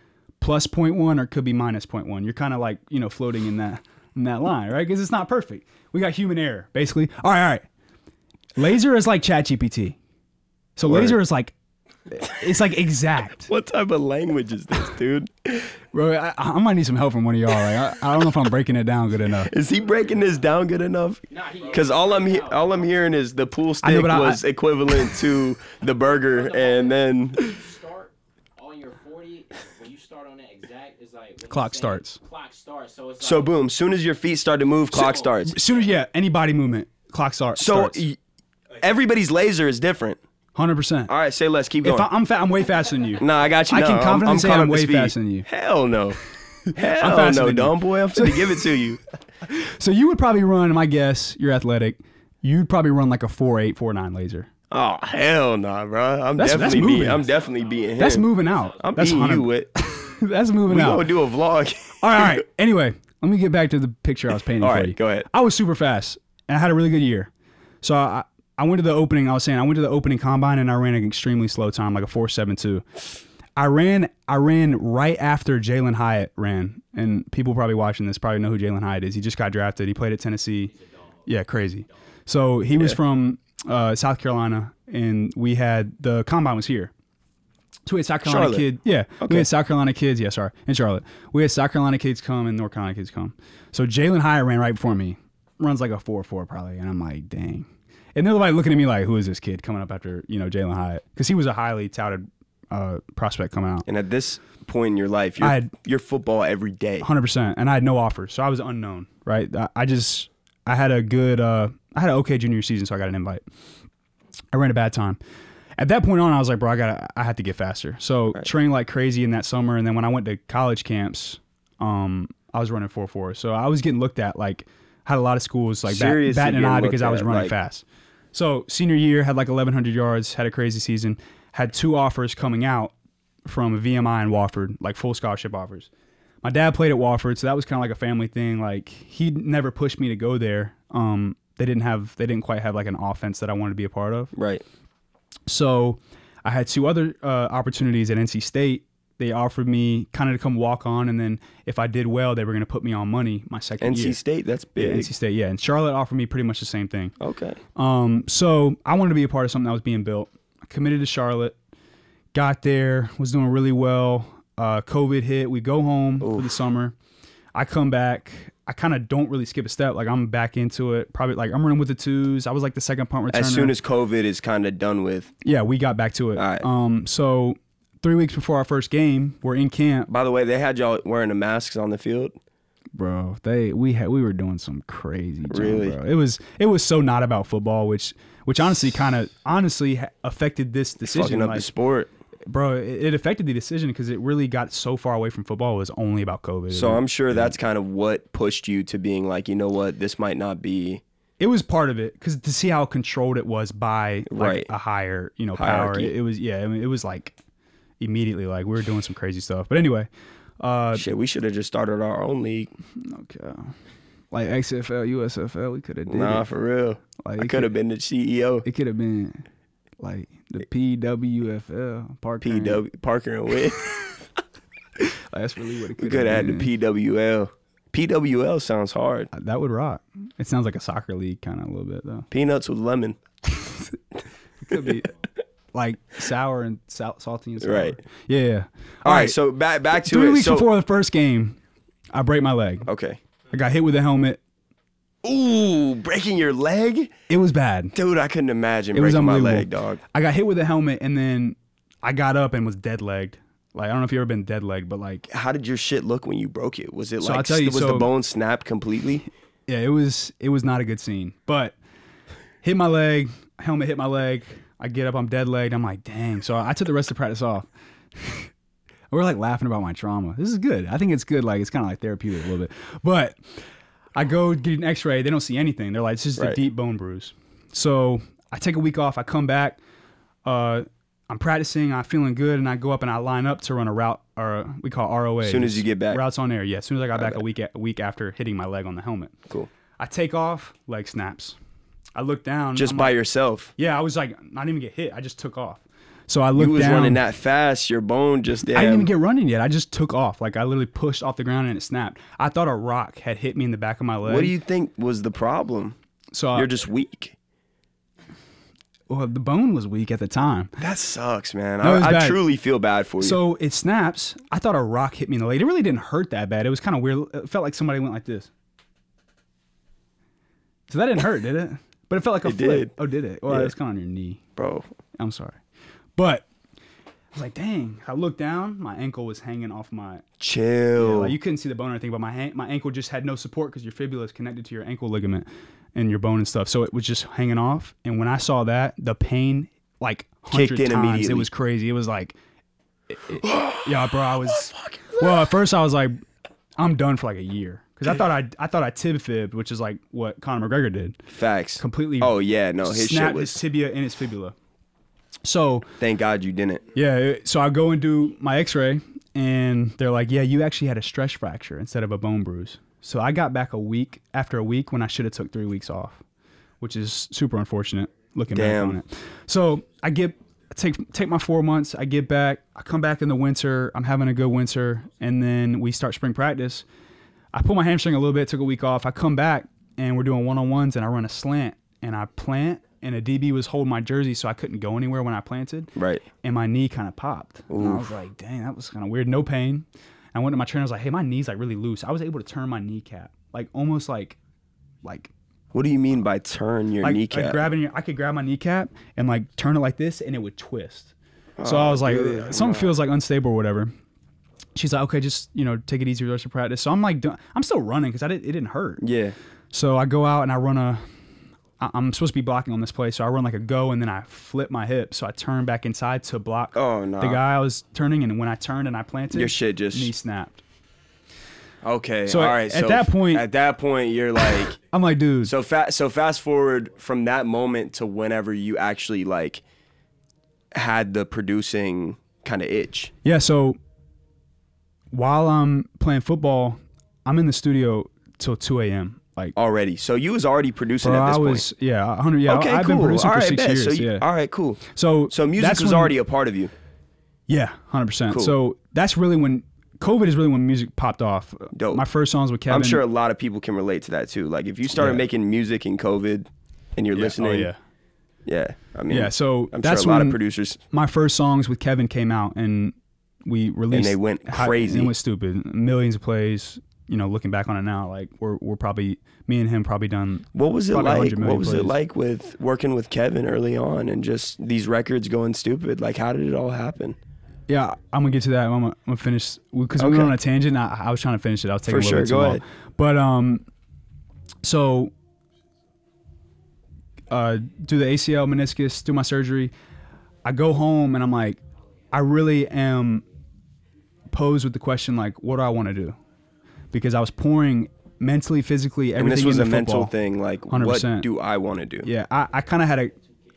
[SPEAKER 1] plus 0.1 or it could be minus 0.1. You're kind of like you know floating in that in that line, right? Because it's not perfect. We got human error basically. All right, all right. Laser is like ChatGPT. So laser is like it's like exact.
[SPEAKER 2] What type of language is this, dude?
[SPEAKER 1] [LAUGHS] Bro, I, I might need some help from one of y'all. Like, I, I don't know if I'm breaking it down good enough.
[SPEAKER 2] Is he breaking this down good enough?
[SPEAKER 3] Nah, he-
[SPEAKER 2] Because all I'm he- all I'm hearing is the pool stick
[SPEAKER 1] know, but I-
[SPEAKER 2] was equivalent to the burger, and then
[SPEAKER 3] start on your 40 when you start on that exact it's like when
[SPEAKER 1] Clock
[SPEAKER 3] you say
[SPEAKER 1] starts.
[SPEAKER 3] clock starts so it's
[SPEAKER 2] so
[SPEAKER 3] like,
[SPEAKER 2] boom. Soon as your feet start to move, clock starts.
[SPEAKER 1] As soon as yeah, any body movement, clock start,
[SPEAKER 2] So
[SPEAKER 1] starts.
[SPEAKER 2] y- everybody's laser is different.
[SPEAKER 1] hundred percent.
[SPEAKER 2] All right, say less. Keep
[SPEAKER 1] If
[SPEAKER 2] going.
[SPEAKER 1] I, I'm fa- I'm way faster than you.
[SPEAKER 2] nah, I got you.
[SPEAKER 1] I
[SPEAKER 2] now.
[SPEAKER 1] can
[SPEAKER 2] I'm-
[SPEAKER 1] confidently
[SPEAKER 2] I'm
[SPEAKER 1] say
[SPEAKER 2] caught
[SPEAKER 1] I'm
[SPEAKER 2] up to
[SPEAKER 1] way
[SPEAKER 2] speed.
[SPEAKER 1] faster than you.
[SPEAKER 2] Hell
[SPEAKER 1] [LAUGHS]
[SPEAKER 2] no. Hell
[SPEAKER 1] faster
[SPEAKER 2] no,
[SPEAKER 1] than you.
[SPEAKER 2] dumb boy. I'm
[SPEAKER 1] [LAUGHS]
[SPEAKER 2] finna give it to you.
[SPEAKER 1] So you would probably run. My guess, you're athletic. You'd probably run like a four eight four nine laser.
[SPEAKER 2] Oh hell no, nah, bro. I'm
[SPEAKER 1] That's- that's
[SPEAKER 2] definitely being.
[SPEAKER 1] moving.
[SPEAKER 2] I'm definitely being him.
[SPEAKER 1] That's moving out.
[SPEAKER 2] I'm
[SPEAKER 1] that's
[SPEAKER 2] beating
[SPEAKER 1] 100
[SPEAKER 2] you with. [LAUGHS]
[SPEAKER 1] [LAUGHS] that's moving
[SPEAKER 2] We
[SPEAKER 1] out.
[SPEAKER 2] gonna do a vlog.
[SPEAKER 1] All right, all right. [LAUGHS] Anyway, let me get back to the picture I was painting
[SPEAKER 2] All
[SPEAKER 1] for
[SPEAKER 2] right,
[SPEAKER 1] you.
[SPEAKER 2] go ahead.
[SPEAKER 1] I was super fast, and I had a really good year. So I, I went to the opening. I was saying I went to the opening combine, and I ran an extremely slow time, like a four seven two. I ran, I ran right after Jalen Hyatt ran, and people probably watching this probably know who Jalen Hyatt is. He just got drafted. He played at Tennessee. Yeah, crazy. So he was from uh, South Carolina, and we had the combine was here. So we had South Carolina
[SPEAKER 2] Charlotte.
[SPEAKER 1] kid. Yeah. We had South Carolina kids. Yeah, sorry. In Charlotte. We had South Carolina kids come and North Carolina kids come. So Jalen Hyatt ran right before me. Runs like a 4 4 probably. And I'm like, dang. And they're like looking at me like, who is this kid coming up after, you know, Jalen Hyatt? Because he was a highly touted uh, prospect coming out.
[SPEAKER 2] And at this point in your life, you're,
[SPEAKER 1] I had-
[SPEAKER 2] you're football every day.
[SPEAKER 1] 100%. And I had no offers. So I was unknown, right? I, I just, I had a good, uh, I had an okay junior season. So I got an invite. I ran a bad time. At that point on, I was like, bro, I got, to I had to get faster. So trained like crazy in that summer, and then when I went to college camps, um, I was running four four. So I was getting looked at like had a lot of schools like bat,
[SPEAKER 2] Seriously
[SPEAKER 1] batting an
[SPEAKER 2] getting
[SPEAKER 1] eye
[SPEAKER 2] looked
[SPEAKER 1] because I was
[SPEAKER 2] at,
[SPEAKER 1] running
[SPEAKER 2] like-
[SPEAKER 1] fast. So senior year had like eleven hundred yards, had a crazy season, had two offers coming out from VMI and Wofford, like full scholarship offers. My dad played at Wofford, so that was kind of like a family thing. Like he never pushed me to go there. Um, they didn't have, they didn't quite have like an offense that I wanted to be a part of.
[SPEAKER 2] Right.
[SPEAKER 1] So I had two other uh, opportunities at NC State. They offered me kind of to come walk on, and then if I did well, they were going to put me on money my second
[SPEAKER 2] NC
[SPEAKER 1] year.
[SPEAKER 2] State, that's
[SPEAKER 1] Yeah,
[SPEAKER 2] big.
[SPEAKER 1] NC State, yeah. And Charlotte offered me pretty much the same thing.
[SPEAKER 2] okay.
[SPEAKER 1] Um, so I wanted to be a part of something that was being built. I committed to Charlotte, got there, was doing really well. Uh, COVID hit. We go home for the summer. I come back. I kind of don't really skip a step. Like I'm back into it. Probably like I'm running with the twos. I was like the second punt returner.
[SPEAKER 2] As soon as COVID is kind of done with.
[SPEAKER 1] Yeah, we got back to it.
[SPEAKER 2] All right.
[SPEAKER 1] Um, so three weeks before our first game, we're in camp,
[SPEAKER 2] By the way, they had y'all wearing the masks on the field.
[SPEAKER 1] bro. They we had we were doing some crazy, junk,
[SPEAKER 2] Really?
[SPEAKER 1] Bro. It was it was so not about football, which which honestly kind of honestly ha- affected this decision.
[SPEAKER 2] Fucking up
[SPEAKER 1] Like,
[SPEAKER 2] the sport.
[SPEAKER 1] bro, it, it affected the decision because it really got so far away from football. It was only about COVID.
[SPEAKER 2] So I'm sure that's kind of what pushed you to being like, you know what, this might not be.
[SPEAKER 1] it was part of it because to see how controlled it was by like,
[SPEAKER 2] Right.
[SPEAKER 1] a higher you know
[SPEAKER 2] Hierarchy.
[SPEAKER 1] power. It, it was yeah, I mean, it was like immediately like we were doing some crazy stuff. But anyway, uh,
[SPEAKER 2] Shit, we should have just started our own league.
[SPEAKER 1] Okay. Like XFL, USFL, we could have did
[SPEAKER 2] Nah,
[SPEAKER 1] it.
[SPEAKER 2] for real.
[SPEAKER 1] Like
[SPEAKER 2] I
[SPEAKER 1] it
[SPEAKER 2] could have been the E CEO,
[SPEAKER 1] It could have been like the PWFL, Park. Reign.
[SPEAKER 2] PW Parker and Witt. [LAUGHS]
[SPEAKER 1] Like, that's really what it
[SPEAKER 2] We
[SPEAKER 1] could
[SPEAKER 2] could have
[SPEAKER 1] have
[SPEAKER 2] had
[SPEAKER 1] been.
[SPEAKER 2] the PWL. PWL sounds hard.
[SPEAKER 1] that would rock. It sounds like a soccer league kind of a little bit though.
[SPEAKER 2] Peanuts with lemon. [LAUGHS]
[SPEAKER 1] could be like sour and sal- salty and sour.
[SPEAKER 2] Right.
[SPEAKER 1] Yeah. yeah.
[SPEAKER 2] All right, so back back to
[SPEAKER 1] three
[SPEAKER 2] it.
[SPEAKER 1] weeks
[SPEAKER 2] so,
[SPEAKER 1] before the first game, I break my leg.
[SPEAKER 2] Okay.
[SPEAKER 1] I got hit with a helmet.
[SPEAKER 2] Ooh, breaking your leg,
[SPEAKER 1] It was bad.
[SPEAKER 2] dude! I couldn't imagine
[SPEAKER 1] It was
[SPEAKER 2] breaking my
[SPEAKER 1] unbelievable.
[SPEAKER 2] leg, dog.
[SPEAKER 1] I got hit with a helmet and then I got up and was dead legged. Like I don't know if you ever been dead legged, but like
[SPEAKER 2] How did your shit look when you broke it? Was it
[SPEAKER 1] So
[SPEAKER 2] like
[SPEAKER 1] I'll tell you,
[SPEAKER 2] was the
[SPEAKER 1] so-
[SPEAKER 2] bone snapped
[SPEAKER 1] [LAUGHS]
[SPEAKER 2] completely?
[SPEAKER 1] yeah, it was it was not a good scene. But hit my leg, helmet hit my leg. I get up, I'm dead legged. I'm like, dang. So I took the rest of the practice off. [LAUGHS] We're like laughing about my trauma. This is good. I think it's good. Like it's kind of like therapeutic a little bit. But I go get an X-ray. They don't see anything. They're like, it's just
[SPEAKER 2] Right.
[SPEAKER 1] a deep bone bruise. So I take a week off. I come back. Uh, I'm practicing. I'm feeling good, and I go up and I line up to run a route or we call ROA.
[SPEAKER 2] Soon as you get back.
[SPEAKER 1] routes on air. Yeah, as soon as I got back a week a week after hitting my leg on the helmet.
[SPEAKER 2] Cool.
[SPEAKER 1] I take off, leg snaps. I look down.
[SPEAKER 2] Just
[SPEAKER 1] I'm
[SPEAKER 2] by
[SPEAKER 1] like-
[SPEAKER 2] yourself.
[SPEAKER 1] yeah, I was like, not even get hit. I just took off. So I looked
[SPEAKER 2] You was
[SPEAKER 1] down.
[SPEAKER 2] running that fast. Your bone just damn.
[SPEAKER 1] I didn't even get running yet. I just took off. Like I literally pushed off the ground and it snapped. I thought a rock had hit me in the back of my leg. Uh,
[SPEAKER 2] what do you think was the problem?
[SPEAKER 1] So I,
[SPEAKER 2] You're just weak.
[SPEAKER 1] well, the bone was weak at the time.
[SPEAKER 2] That sucks, man.
[SPEAKER 1] No, it was
[SPEAKER 2] I, I
[SPEAKER 1] bad.
[SPEAKER 2] truly feel bad for you.
[SPEAKER 1] So it snaps. I thought a rock hit me in the leg. It really didn't hurt that bad. It was kind of weird. It felt like somebody went like this. So that didn't hurt, did it? But it felt like a
[SPEAKER 2] It
[SPEAKER 1] flip.
[SPEAKER 2] did.
[SPEAKER 1] Oh, did it? Well,
[SPEAKER 2] Yeah.
[SPEAKER 1] it's kind of on your knee.
[SPEAKER 2] bro,
[SPEAKER 1] I'm sorry. But I was like, dang. I looked down. My ankle was hanging off my.
[SPEAKER 2] chill.
[SPEAKER 1] Like you couldn't see the bone or anything, but my han- my ankle just had no support because your fibula is connected to your ankle ligament and your bone and stuff. So it was just hanging off. And when I saw that, the pain like
[SPEAKER 2] Kicked
[SPEAKER 1] hundred
[SPEAKER 2] in
[SPEAKER 1] times.
[SPEAKER 2] immediately.
[SPEAKER 1] It was crazy. It was like, it-
[SPEAKER 2] [GASPS]
[SPEAKER 1] it- yeah, bro. I was. Well, at first I was like, I'm done for like a year because I thought I I thought I tib fibbed, which is like what Conor McGregor did.
[SPEAKER 2] Facts.
[SPEAKER 1] Completely.
[SPEAKER 2] Oh yeah, no, his shit
[SPEAKER 1] snapped
[SPEAKER 2] was.
[SPEAKER 1] his tibia and his fibula. So
[SPEAKER 2] Thank God you didn't.
[SPEAKER 1] yeah, it- so I go and do my X-ray, and they're like, "Yeah, you actually had a stress fracture instead of a bone bruise." So I got back a week after a week when I should have took three weeks off, which is super unfortunate looking
[SPEAKER 2] Damn.
[SPEAKER 1] back on it. So I get I take take my four months. I get back. I come back in the winter. I'm having a good winter, and then we start spring practice. I pull my hamstring a little bit. Took a week off. I come back, and we're doing one on ones, and I run a slant, and I plant. And a DB was holding my jersey, so I couldn't go anywhere when I planted
[SPEAKER 2] Right.
[SPEAKER 1] and my knee kind of popped. And I was like, dang, that was kind of weird. No pain. I went to my trainer. I was like, hey, my knee's like really loose. I was able to turn my kneecap, like almost like, like,
[SPEAKER 2] What do you mean by turn your
[SPEAKER 1] like,
[SPEAKER 2] kneecap?
[SPEAKER 1] like grabbing. Your, I could grab my kneecap and like turn it like this, and it would twist. So
[SPEAKER 2] Oh,
[SPEAKER 1] I was like, something feels like unstable or whatever. She's like, okay, just you know, take it easy, rest of practice. So I'm like, done- I'm still running because I didn't, it didn't hurt.
[SPEAKER 2] yeah.
[SPEAKER 1] So I go out and I run a. I- I'm supposed to be blocking on this play, so I run like a go, and then I flip my hip, so I turn back inside to block
[SPEAKER 2] Oh, nah.
[SPEAKER 1] the guy I was turning, and when I turned and I planted,
[SPEAKER 2] Your shit just-
[SPEAKER 1] knee snapped.
[SPEAKER 2] Okay.
[SPEAKER 1] So
[SPEAKER 2] all
[SPEAKER 1] at-
[SPEAKER 2] right.
[SPEAKER 1] at
[SPEAKER 2] so
[SPEAKER 1] that point-
[SPEAKER 2] at that point, you're like, [LAUGHS]
[SPEAKER 1] I'm like, dude,
[SPEAKER 2] so fast. So fast forward from that moment to whenever you actually like had the producing kind of itch.
[SPEAKER 1] yeah. So while I'm playing football, I'm in the studio till 2 a.m. Like,
[SPEAKER 2] already. So you was already producing
[SPEAKER 1] bro,
[SPEAKER 2] Oh, at
[SPEAKER 1] I
[SPEAKER 2] this
[SPEAKER 1] was yeah, 100. Yeah, I-
[SPEAKER 2] point. Okay,
[SPEAKER 1] I've
[SPEAKER 2] cool.
[SPEAKER 1] been producing
[SPEAKER 2] all
[SPEAKER 1] for
[SPEAKER 2] right,
[SPEAKER 1] six
[SPEAKER 2] bet.
[SPEAKER 1] years.
[SPEAKER 2] So you,
[SPEAKER 1] yeah.
[SPEAKER 2] All right, cool.
[SPEAKER 1] so
[SPEAKER 2] So music
[SPEAKER 1] that's
[SPEAKER 2] was
[SPEAKER 1] when-
[SPEAKER 2] already a part of you.
[SPEAKER 1] Yeah, hundred percent.
[SPEAKER 2] Cool.
[SPEAKER 1] So that's really when COVID is really when music popped off.
[SPEAKER 2] Dope.
[SPEAKER 1] My first songs with Kevin.
[SPEAKER 2] I'm sure a lot of people can relate to that too. Like if you started
[SPEAKER 1] Yeah.
[SPEAKER 2] making music in COVID and you're
[SPEAKER 1] Yeah.
[SPEAKER 2] listening,
[SPEAKER 1] Oh yeah.
[SPEAKER 2] yeah, I mean,
[SPEAKER 1] Yeah, so
[SPEAKER 2] I'm
[SPEAKER 1] that's
[SPEAKER 2] sure a lot of
[SPEAKER 1] when-
[SPEAKER 2] producers.
[SPEAKER 1] my first songs with Kevin came out and we released
[SPEAKER 2] they went
[SPEAKER 1] hi-
[SPEAKER 2] crazy.
[SPEAKER 1] It went stupid. Millions of plays, you know, looking back on it now, like we're we're probably me and him probably done
[SPEAKER 2] What was it
[SPEAKER 1] probably
[SPEAKER 2] like?
[SPEAKER 1] 100 million
[SPEAKER 2] What was it
[SPEAKER 1] plays.
[SPEAKER 2] like with working with Kevin early on and just these records going stupid? Like how did it all happen?
[SPEAKER 1] Yeah, I'm gonna get to that. I'm gonna, I'm gonna finish because we
[SPEAKER 2] Okay.
[SPEAKER 1] went on a tangent. I, I was trying to finish it. I was taking
[SPEAKER 2] For
[SPEAKER 1] a little
[SPEAKER 2] sure,
[SPEAKER 1] bit too
[SPEAKER 2] go
[SPEAKER 1] long.
[SPEAKER 2] ahead.
[SPEAKER 1] But um, so uh, do the ACL meniscus, do my surgery. I go home and I'm like, I really am posed with the question like, what do I want to do? Because I was pouring mentally, physically,
[SPEAKER 2] And
[SPEAKER 1] everything
[SPEAKER 2] this was a
[SPEAKER 1] into
[SPEAKER 2] mental
[SPEAKER 1] football.
[SPEAKER 2] thing. Like what
[SPEAKER 1] 100%.
[SPEAKER 2] do I want to do?
[SPEAKER 1] Yeah, I, I kind of had a,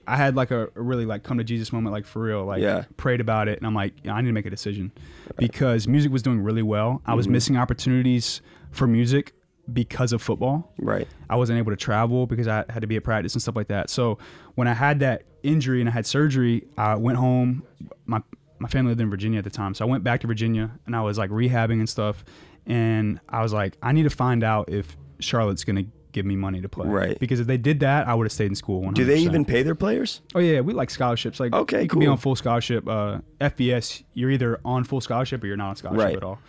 [SPEAKER 1] I had like a, a really like come to Jesus moment, like for real. Like
[SPEAKER 2] Yeah.
[SPEAKER 1] prayed about it, and I'm like, yeah, I need to make a decision because music was doing really well. I was missing opportunities for music because of football.
[SPEAKER 2] Right.
[SPEAKER 1] I wasn't able to travel because I had to be at practice and stuff like that. So when I had that injury and I had surgery, I went home. My my family lived in Virginia at the time, so I went back to Virginia and I was like rehabbing and stuff. And I was like, I need to find out if Charlotte's gonna give me money to play.
[SPEAKER 2] Right.
[SPEAKER 1] Because if they did that, I would have stayed in school. 100%.
[SPEAKER 2] Do they even pay their players?
[SPEAKER 1] Oh yeah, yeah, we like scholarships. Like
[SPEAKER 2] Okay,
[SPEAKER 1] you could be
[SPEAKER 2] cool.
[SPEAKER 1] on full scholarship. Uh, FBS, you're either on full scholarship or you're not on scholarship
[SPEAKER 2] Right.
[SPEAKER 1] at all.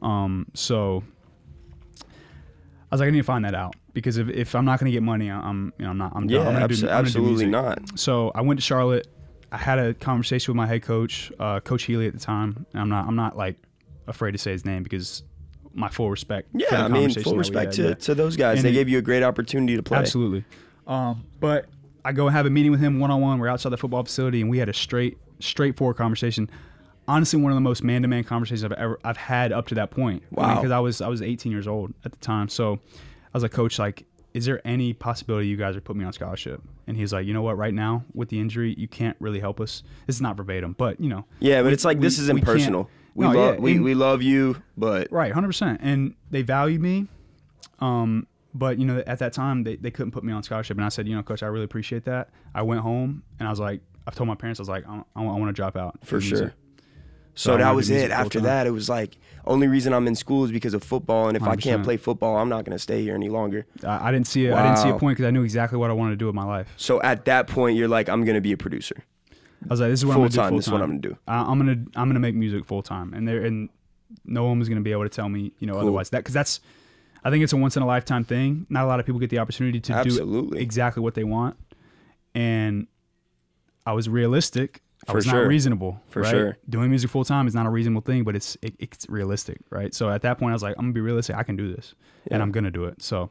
[SPEAKER 1] Um, so I was like, I need to find that out because if, if I'm not gonna get money, I- I'm you know I'm not I'm
[SPEAKER 2] Yeah,
[SPEAKER 1] done. I'm gonna do-
[SPEAKER 2] abso-
[SPEAKER 1] I'm gonna do
[SPEAKER 2] absolutely
[SPEAKER 1] music.
[SPEAKER 2] not.
[SPEAKER 1] So I went to Charlotte. I had a conversation with my head coach, uh, Coach Healy at the time. And I'm not I'm not like afraid to say his name because my full respect. for the
[SPEAKER 2] Yeah, I mean,
[SPEAKER 1] conversation that
[SPEAKER 2] full
[SPEAKER 1] we
[SPEAKER 2] respect
[SPEAKER 1] had,
[SPEAKER 2] to,
[SPEAKER 1] yeah.
[SPEAKER 2] to those guys.
[SPEAKER 1] And
[SPEAKER 2] they
[SPEAKER 1] it-
[SPEAKER 2] gave you a great opportunity to play.
[SPEAKER 1] Absolutely. Um, but I go and have a meeting with him one on one. We're outside the football facility, and we had a straight, straightforward conversation. Honestly, one of the most man-to-man conversations I've ever I've had up to that point.
[SPEAKER 2] Wow.
[SPEAKER 1] Because I was I was 18 years old at the time, so I was like, Coach, like, is there any possibility you guys are putting me on scholarship? And he's like, You know what? Right now, with the injury, you can't really help us. This is not verbatim, but you know.
[SPEAKER 2] Yeah, but
[SPEAKER 1] we-
[SPEAKER 2] it's like this
[SPEAKER 1] we-
[SPEAKER 2] is
[SPEAKER 1] we can't-
[SPEAKER 2] impersonal. We,
[SPEAKER 1] No,
[SPEAKER 2] lo-
[SPEAKER 1] yeah,
[SPEAKER 2] we,
[SPEAKER 1] and-
[SPEAKER 2] we love you, but
[SPEAKER 1] Right, hundred percent. And they valued me. Um, but you know, at that time they, they couldn't put me on scholarship, and I said, you know, coach, I really appreciate that. I went home and I was like, I've told my parents, I was like, I, want to drop out
[SPEAKER 2] For
[SPEAKER 1] music.
[SPEAKER 2] sure. So
[SPEAKER 1] I wanted
[SPEAKER 2] that
[SPEAKER 1] to
[SPEAKER 2] was
[SPEAKER 1] do
[SPEAKER 2] it.
[SPEAKER 1] music full
[SPEAKER 2] After
[SPEAKER 1] time.
[SPEAKER 2] that, it was like only reason I'm in school is because of football, and if I can't
[SPEAKER 1] 100%.
[SPEAKER 2] play football, I'm not gonna stay here any longer.
[SPEAKER 1] I, I didn't see it. I didn't see a
[SPEAKER 2] Wow.
[SPEAKER 1] point because I knew exactly what I wanted to do with my life.
[SPEAKER 2] So at that point, you're like, I'm gonna be a producer.
[SPEAKER 1] I was like, this is what I'm gonna
[SPEAKER 2] Full-time,
[SPEAKER 1] do.
[SPEAKER 2] this is what I'm gonna do.
[SPEAKER 1] I, I'm gonna I'm gonna make music full time, and there and no one was gonna be able to tell me, you know, otherwise. That because that's, I think it's a once in a lifetime thing. Not a lot of people get the opportunity to
[SPEAKER 2] Absolutely.
[SPEAKER 1] do exactly what they want, and I was realistic. I
[SPEAKER 2] For
[SPEAKER 1] was
[SPEAKER 2] sure.
[SPEAKER 1] not reasonable.
[SPEAKER 2] For
[SPEAKER 1] right?
[SPEAKER 2] sure.
[SPEAKER 1] doing music full time is not a reasonable thing, but it's it, it's realistic, right? So at that point, I was like, I'm gonna be realistic. I can do this, and
[SPEAKER 2] Yeah.
[SPEAKER 1] I'm gonna do it. So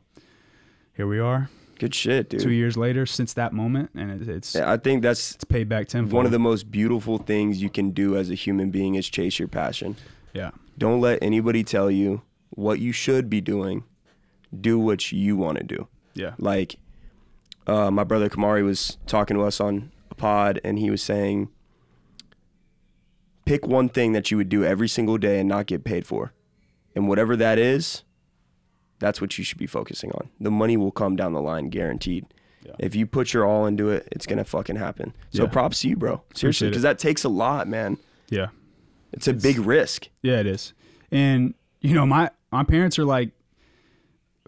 [SPEAKER 1] here we are,
[SPEAKER 2] Good shit,
[SPEAKER 1] two
[SPEAKER 2] dude.
[SPEAKER 1] years later since that moment, and it, it's
[SPEAKER 2] Yeah, I think that's
[SPEAKER 1] it's paid back tenfold.
[SPEAKER 2] one of the most beautiful things you can do as a human being is chase your passion.
[SPEAKER 1] yeah.
[SPEAKER 2] Don't let anybody tell you what you should be doing. Do what you want to do.
[SPEAKER 1] Yeah.
[SPEAKER 2] Like, uh, my brother Kamari was talking to us on a pod, and he was saying, pick one thing that you would do every single day and not get paid for. And whatever that is, that's what you should be focusing on. The money will come down the line, guaranteed.
[SPEAKER 1] Yeah.
[SPEAKER 2] If you put your all into it, it's gonna fucking happen. So
[SPEAKER 1] Yeah.
[SPEAKER 2] props to you, bro. Seriously,
[SPEAKER 1] Appreciate it.
[SPEAKER 2] because that takes a lot, man.
[SPEAKER 1] Yeah.
[SPEAKER 2] It's a big risk.
[SPEAKER 1] Yeah, it is. And you know, my my parents are like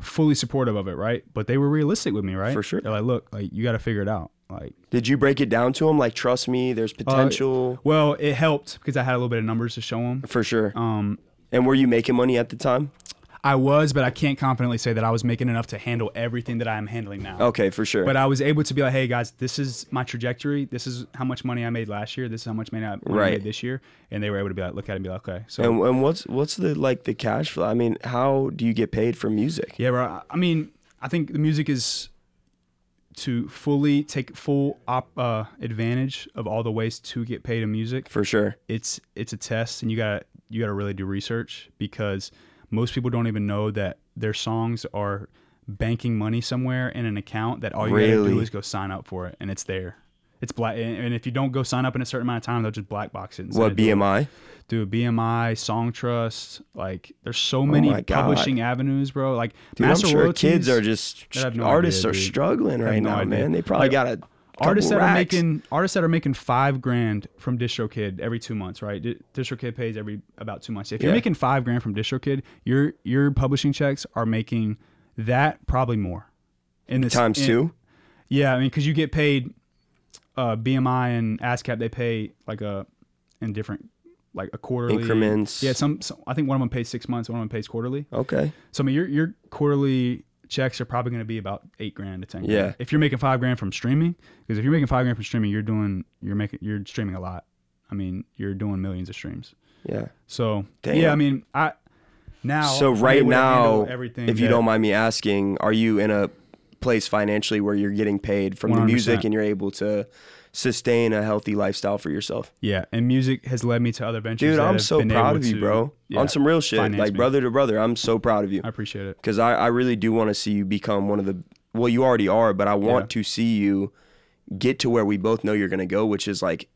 [SPEAKER 1] fully supportive of it, right? But they were realistic with me, right?
[SPEAKER 2] For sure.
[SPEAKER 1] They're like, look, like you got to figure it out. Like
[SPEAKER 2] Did you break it down to him? Like, trust me, there's
[SPEAKER 1] uh,
[SPEAKER 2] potential
[SPEAKER 1] well, it helped because I had a little bit of numbers to show them.
[SPEAKER 2] for sure.
[SPEAKER 1] Um,
[SPEAKER 2] and were you making money at the time?
[SPEAKER 1] I was, but I can't confidently say that I was making enough to handle everything that I am handling now.
[SPEAKER 2] Okay, for sure.
[SPEAKER 1] But I was able to be like, hey guys, this is my trajectory. This is how much money I made last year. This is how much money I money I
[SPEAKER 2] Right.
[SPEAKER 1] made this year. And they were able to be like, look at it and be like, okay. So
[SPEAKER 2] and, and what's what's the like the cash flow? I mean, how do you get paid for music?
[SPEAKER 1] Yeah, bro. I- I mean, I think the music is to fully take full op, uh, advantage of all the ways to get paid in music.
[SPEAKER 2] For sure.
[SPEAKER 1] It's it's a test, and you gotta you gotta really do research because most people don't even know that their songs are banking money somewhere in an account that all you gotta do
[SPEAKER 2] Really?
[SPEAKER 1] is go sign up for it, and it's there. It's black, and and if you don't go sign up in a certain amount of time, they'll just black box it. and send
[SPEAKER 2] What
[SPEAKER 1] it to you
[SPEAKER 2] BMI?
[SPEAKER 1] dude bmi song trust like there's so many
[SPEAKER 2] Oh my God.
[SPEAKER 1] publishing avenues bro like
[SPEAKER 2] Dude, I'm
[SPEAKER 1] master
[SPEAKER 2] sure
[SPEAKER 1] royalties,
[SPEAKER 2] kids are just
[SPEAKER 1] I have no
[SPEAKER 2] artists
[SPEAKER 1] idea,
[SPEAKER 2] are
[SPEAKER 1] dude.
[SPEAKER 2] struggling
[SPEAKER 1] I have
[SPEAKER 2] right
[SPEAKER 1] no
[SPEAKER 2] now,
[SPEAKER 1] idea.
[SPEAKER 2] man. They probably
[SPEAKER 1] Like,
[SPEAKER 2] got a
[SPEAKER 1] artists that
[SPEAKER 2] couple
[SPEAKER 1] are
[SPEAKER 2] racks.
[SPEAKER 1] making artists that are making five grand from distrokid every two months right Di- distrokid pays every about two months if you're
[SPEAKER 2] Yeah.
[SPEAKER 1] making five grand from distrokid your your publishing checks are making that probably more in this
[SPEAKER 2] times
[SPEAKER 1] in-
[SPEAKER 2] two.
[SPEAKER 1] yeah, I mean, because you get paid uh, BMI and ASCAP, they pay like a in different like a quarterly
[SPEAKER 2] Increments.
[SPEAKER 1] Yeah, some, some I think one of them pays six months, one of them pays quarterly.
[SPEAKER 2] Okay.
[SPEAKER 1] So I mean, your your quarterly checks are probably going to be about eight grand to ten. grand.
[SPEAKER 2] Yeah.
[SPEAKER 1] If you're making five grand from streaming, because if you're making five grand from streaming, you're doing you're making you're streaming a lot. I mean, you're doing millions of streams.
[SPEAKER 2] Yeah.
[SPEAKER 1] So
[SPEAKER 2] Damn.
[SPEAKER 1] yeah, I mean, I now
[SPEAKER 2] So
[SPEAKER 1] I'm
[SPEAKER 2] right
[SPEAKER 1] able to handle
[SPEAKER 2] now,
[SPEAKER 1] everything
[SPEAKER 2] if you
[SPEAKER 1] that-
[SPEAKER 2] don't mind me asking, are you in a place financially where you're getting paid from the music
[SPEAKER 1] 100%.
[SPEAKER 2] and you're able to sustain a healthy lifestyle for yourself?
[SPEAKER 1] yeah, and music has led me to other ventures.
[SPEAKER 2] Dude,
[SPEAKER 1] that
[SPEAKER 2] I'm
[SPEAKER 1] have
[SPEAKER 2] so
[SPEAKER 1] been
[SPEAKER 2] proud
[SPEAKER 1] able
[SPEAKER 2] of you,
[SPEAKER 1] to-
[SPEAKER 2] bro.
[SPEAKER 1] yeah,
[SPEAKER 2] On some real shit,
[SPEAKER 1] finance
[SPEAKER 2] like
[SPEAKER 1] me.
[SPEAKER 2] brother to brother, I'm so proud of you
[SPEAKER 1] I appreciate it.
[SPEAKER 2] because I, I really do want to see you become one of the well, you already are, but I want
[SPEAKER 1] Yeah.
[SPEAKER 2] to see you get to where we both know you're gonna go, which is like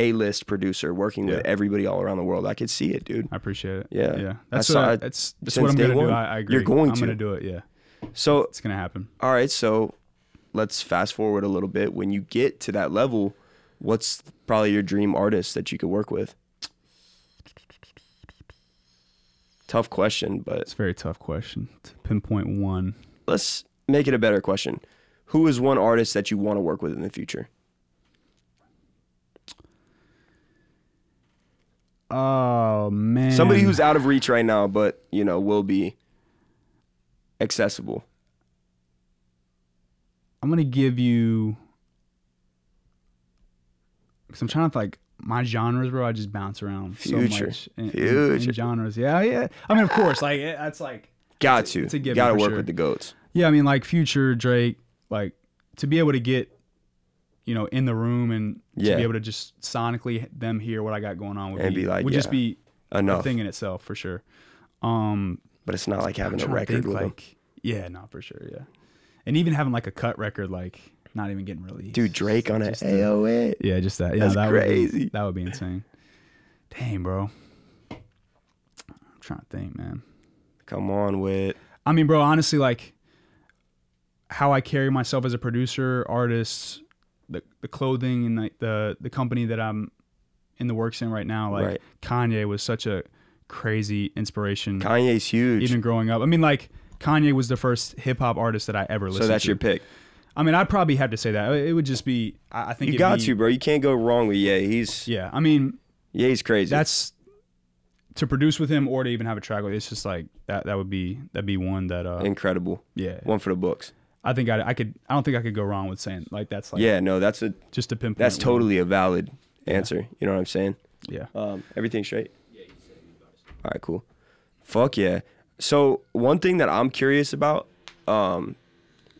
[SPEAKER 2] a list producer working with everybody all around the world. I could see it, dude.
[SPEAKER 1] I appreciate it.
[SPEAKER 2] Yeah.
[SPEAKER 1] yeah.
[SPEAKER 2] I
[SPEAKER 1] That's
[SPEAKER 2] saw
[SPEAKER 1] what I,
[SPEAKER 2] it
[SPEAKER 1] that's that's
[SPEAKER 2] since
[SPEAKER 1] what I'm
[SPEAKER 2] day
[SPEAKER 1] gonna do.
[SPEAKER 2] one.
[SPEAKER 1] I, I agree.
[SPEAKER 2] You're going
[SPEAKER 1] I'm
[SPEAKER 2] to.
[SPEAKER 1] gonna do it. Yeah,
[SPEAKER 2] So
[SPEAKER 1] it's gonna happen.
[SPEAKER 2] all right, so let's fast forward a little bit. When you get to that level, what's probably your dream artist that you could work with? Tough question, but
[SPEAKER 1] It's a very tough question to pinpoint one.
[SPEAKER 2] let's make it a better question. Who is one artist that you want to work with in the future?
[SPEAKER 1] Oh man.
[SPEAKER 2] Somebody who's out of reach right now, but you know will be accessible.
[SPEAKER 1] I'm gonna give you because I'm trying to like my genres, bro. I just bounce around so
[SPEAKER 2] Future.
[SPEAKER 1] much in, in- in
[SPEAKER 2] Future.
[SPEAKER 1] genres. Yeah, yeah. I mean, of course, like it, that's like
[SPEAKER 2] Got
[SPEAKER 1] It's a-
[SPEAKER 2] to,
[SPEAKER 1] it's a given
[SPEAKER 2] got to
[SPEAKER 1] for
[SPEAKER 2] work
[SPEAKER 1] sure.
[SPEAKER 2] with the goats.
[SPEAKER 1] yeah. I mean, like Future, Drake, like to be able to get you know in the room and to
[SPEAKER 2] Yeah.
[SPEAKER 1] be able to just sonically h- them hear what I got going on would
[SPEAKER 2] And be like,
[SPEAKER 1] would just
[SPEAKER 2] yeah,
[SPEAKER 1] be a
[SPEAKER 2] Enough,
[SPEAKER 1] thing in itself for sure. Um,
[SPEAKER 2] but it's not like having a
[SPEAKER 1] trying to
[SPEAKER 2] record
[SPEAKER 1] think,
[SPEAKER 2] with them.
[SPEAKER 1] like yeah, no, for sure, yeah. And even having like a cut record, like not even getting released,
[SPEAKER 2] Dude, Drake on a
[SPEAKER 1] Just, uh,
[SPEAKER 2] AOA.
[SPEAKER 1] Yeah, just that. Yeah,
[SPEAKER 2] That's
[SPEAKER 1] that Would be,
[SPEAKER 2] crazy.
[SPEAKER 1] that would be insane. Dang, bro. I'm trying to think, man.
[SPEAKER 2] Come on with
[SPEAKER 1] I mean, bro, honestly, like how I carry myself as a producer, artist, the the clothing and like the the company that I'm in the works in right now, like
[SPEAKER 2] Right.
[SPEAKER 1] Kanye was such a crazy inspiration.
[SPEAKER 2] Kanye's huge.
[SPEAKER 1] even growing up, I mean, like Kanye was the first hip hop artist that I ever listened
[SPEAKER 2] so that's
[SPEAKER 1] to.
[SPEAKER 2] your pick.
[SPEAKER 1] I mean, I'd probably have to say that. It would just be. I I think
[SPEAKER 2] You
[SPEAKER 1] it'd
[SPEAKER 2] got
[SPEAKER 1] be-
[SPEAKER 2] to, bro. You can't go wrong with Ye. He's
[SPEAKER 1] Yeah, I mean,
[SPEAKER 2] Ye's crazy.
[SPEAKER 1] that's to produce with him or to even have a track with it's just like that that would be that'd be one that uh
[SPEAKER 2] incredible.
[SPEAKER 1] yeah
[SPEAKER 2] One for the books.
[SPEAKER 1] i think I, I could i don't think i could go wrong with saying like that's like
[SPEAKER 2] Yeah, no, that's a
[SPEAKER 1] just to pinpoint
[SPEAKER 2] that's
[SPEAKER 1] one.
[SPEAKER 2] totally a valid answer. You know what I'm saying?
[SPEAKER 1] yeah
[SPEAKER 2] Um, everything straight. All right, cool. Fuck yeah. So one thing that I'm curious about um,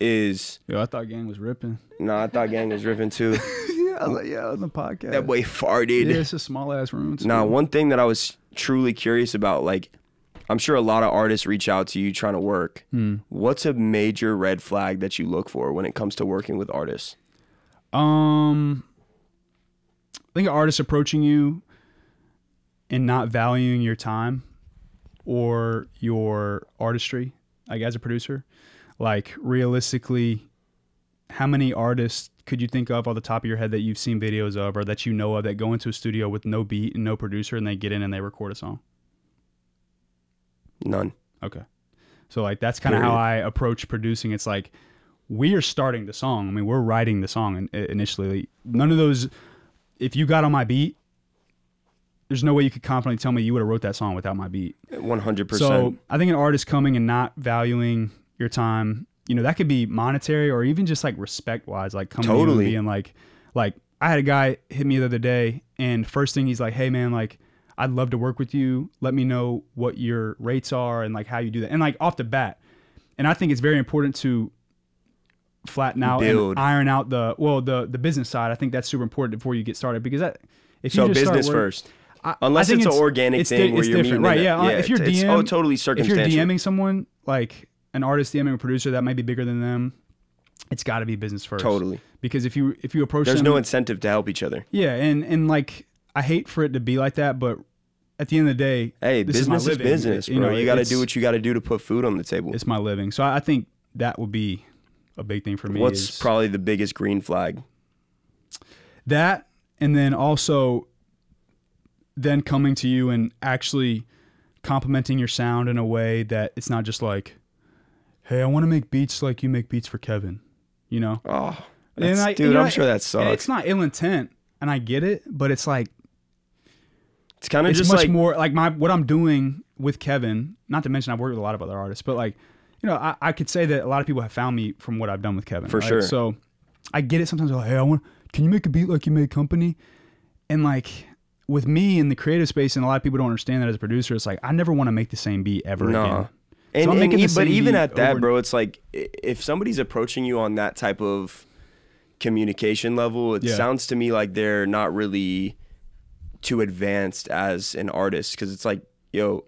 [SPEAKER 2] is
[SPEAKER 1] yo i thought gang was ripping
[SPEAKER 2] nah, I thought gang was ripping too.
[SPEAKER 1] [LAUGHS] yeah I was like, yeah on the podcast
[SPEAKER 2] that boy farted. [LAUGHS]
[SPEAKER 1] yeah it's a small ass room too.
[SPEAKER 2] Now, one thing that I was truly curious about, like, I'm sure a lot of artists reach out to you trying to work.
[SPEAKER 1] Hmm.
[SPEAKER 2] What's a major red flag that you look for when it comes to working with artists?
[SPEAKER 1] Um, I think artists approaching you and not valuing your time or your artistry, like as a producer, like realistically, how many artists could you think of off the top of your head that you've seen videos of or that you know of that go into a studio with no beat and no producer and they get in and they record a song?
[SPEAKER 2] None.
[SPEAKER 1] Okay. So like that's kind of how I approach producing. It's like we are starting the song. I mean, we're writing the song in, initially. None of those. If you got on my beat, there's no way you could confidently tell me you would have wrote that song without my beat.
[SPEAKER 2] 100%.
[SPEAKER 1] So I think an artist coming and not valuing your time, you know, that could be monetary or even just like respect wise, like coming to you and
[SPEAKER 2] Totally.
[SPEAKER 1] being like, like I had a guy hit me the other day, and first thing he's like, "Hey man, like I'd love to work with you. Let me know what your rates are and like how you do that." And like off the bat, and I think it's very important to flatten out
[SPEAKER 2] Build.
[SPEAKER 1] and iron out the well the the business side. I think that's super important before you get started because that if
[SPEAKER 2] So
[SPEAKER 1] you just start
[SPEAKER 2] business
[SPEAKER 1] work-
[SPEAKER 2] first.
[SPEAKER 1] I-
[SPEAKER 2] Unless
[SPEAKER 1] I think
[SPEAKER 2] it's an organic
[SPEAKER 1] it's di-
[SPEAKER 2] thing where
[SPEAKER 1] it's
[SPEAKER 2] you're
[SPEAKER 1] different,
[SPEAKER 2] meeting
[SPEAKER 1] right?
[SPEAKER 2] it-
[SPEAKER 1] Yeah, uh,
[SPEAKER 2] yeah,
[SPEAKER 1] if you're
[SPEAKER 2] it's- it's
[SPEAKER 1] DM,
[SPEAKER 2] all totally
[SPEAKER 1] If
[SPEAKER 2] circumstantial.
[SPEAKER 1] you're DMing someone like an artist DMing a producer that might be bigger than them, it's got to be business first.
[SPEAKER 2] Totally.
[SPEAKER 1] Because if you if you approach
[SPEAKER 2] There's
[SPEAKER 1] them,
[SPEAKER 2] no incentive to help each other.
[SPEAKER 1] yeah, and and like I hate for it to be like that, but at the end of the day,
[SPEAKER 2] Hey,
[SPEAKER 1] this
[SPEAKER 2] business
[SPEAKER 1] is, my
[SPEAKER 2] is,
[SPEAKER 1] living.
[SPEAKER 2] business,
[SPEAKER 1] It-
[SPEAKER 2] bro. You, got to
[SPEAKER 1] it's-
[SPEAKER 2] do what you got to do to put food on the table.
[SPEAKER 1] It's my living, so I, I think that would be a big thing for me.
[SPEAKER 2] What's
[SPEAKER 1] is-
[SPEAKER 2] probably the biggest green flag?
[SPEAKER 1] that and then also then coming to you and actually complimenting your sound in a way that it's not just like hey i want to make beats like you make beats for kevin you know
[SPEAKER 2] Oh,
[SPEAKER 1] And
[SPEAKER 2] that's-
[SPEAKER 1] I-
[SPEAKER 2] dude,
[SPEAKER 1] you know,
[SPEAKER 2] I'm sure that
[SPEAKER 1] and
[SPEAKER 2] sucks.
[SPEAKER 1] it's not ill intent and i get it but it's like
[SPEAKER 2] It's kind of
[SPEAKER 1] it's
[SPEAKER 2] just
[SPEAKER 1] much
[SPEAKER 2] like
[SPEAKER 1] more like my what i'm doing with kevin not to mention i've worked with a lot of other artists but like you know i, I could say that a lot of people have found me from what i've done with kevin
[SPEAKER 2] For
[SPEAKER 1] right?
[SPEAKER 2] sure.
[SPEAKER 1] so i get it sometimes like hey i want can you make a beat like you made company and like with me in the creative space and a lot of people don't understand that as a producer it's like i never want to make the same beat ever
[SPEAKER 2] Nah.
[SPEAKER 1] again
[SPEAKER 2] And,
[SPEAKER 1] I'm
[SPEAKER 2] and
[SPEAKER 1] making
[SPEAKER 2] e-
[SPEAKER 1] the
[SPEAKER 2] but
[SPEAKER 1] same
[SPEAKER 2] even
[SPEAKER 1] beat
[SPEAKER 2] at that,
[SPEAKER 1] over-
[SPEAKER 2] bro, it's like i- if somebody's approaching you on that type of communication level, it
[SPEAKER 1] Yeah.
[SPEAKER 2] sounds to me like they're not really too advanced as an artist because it's like, yo,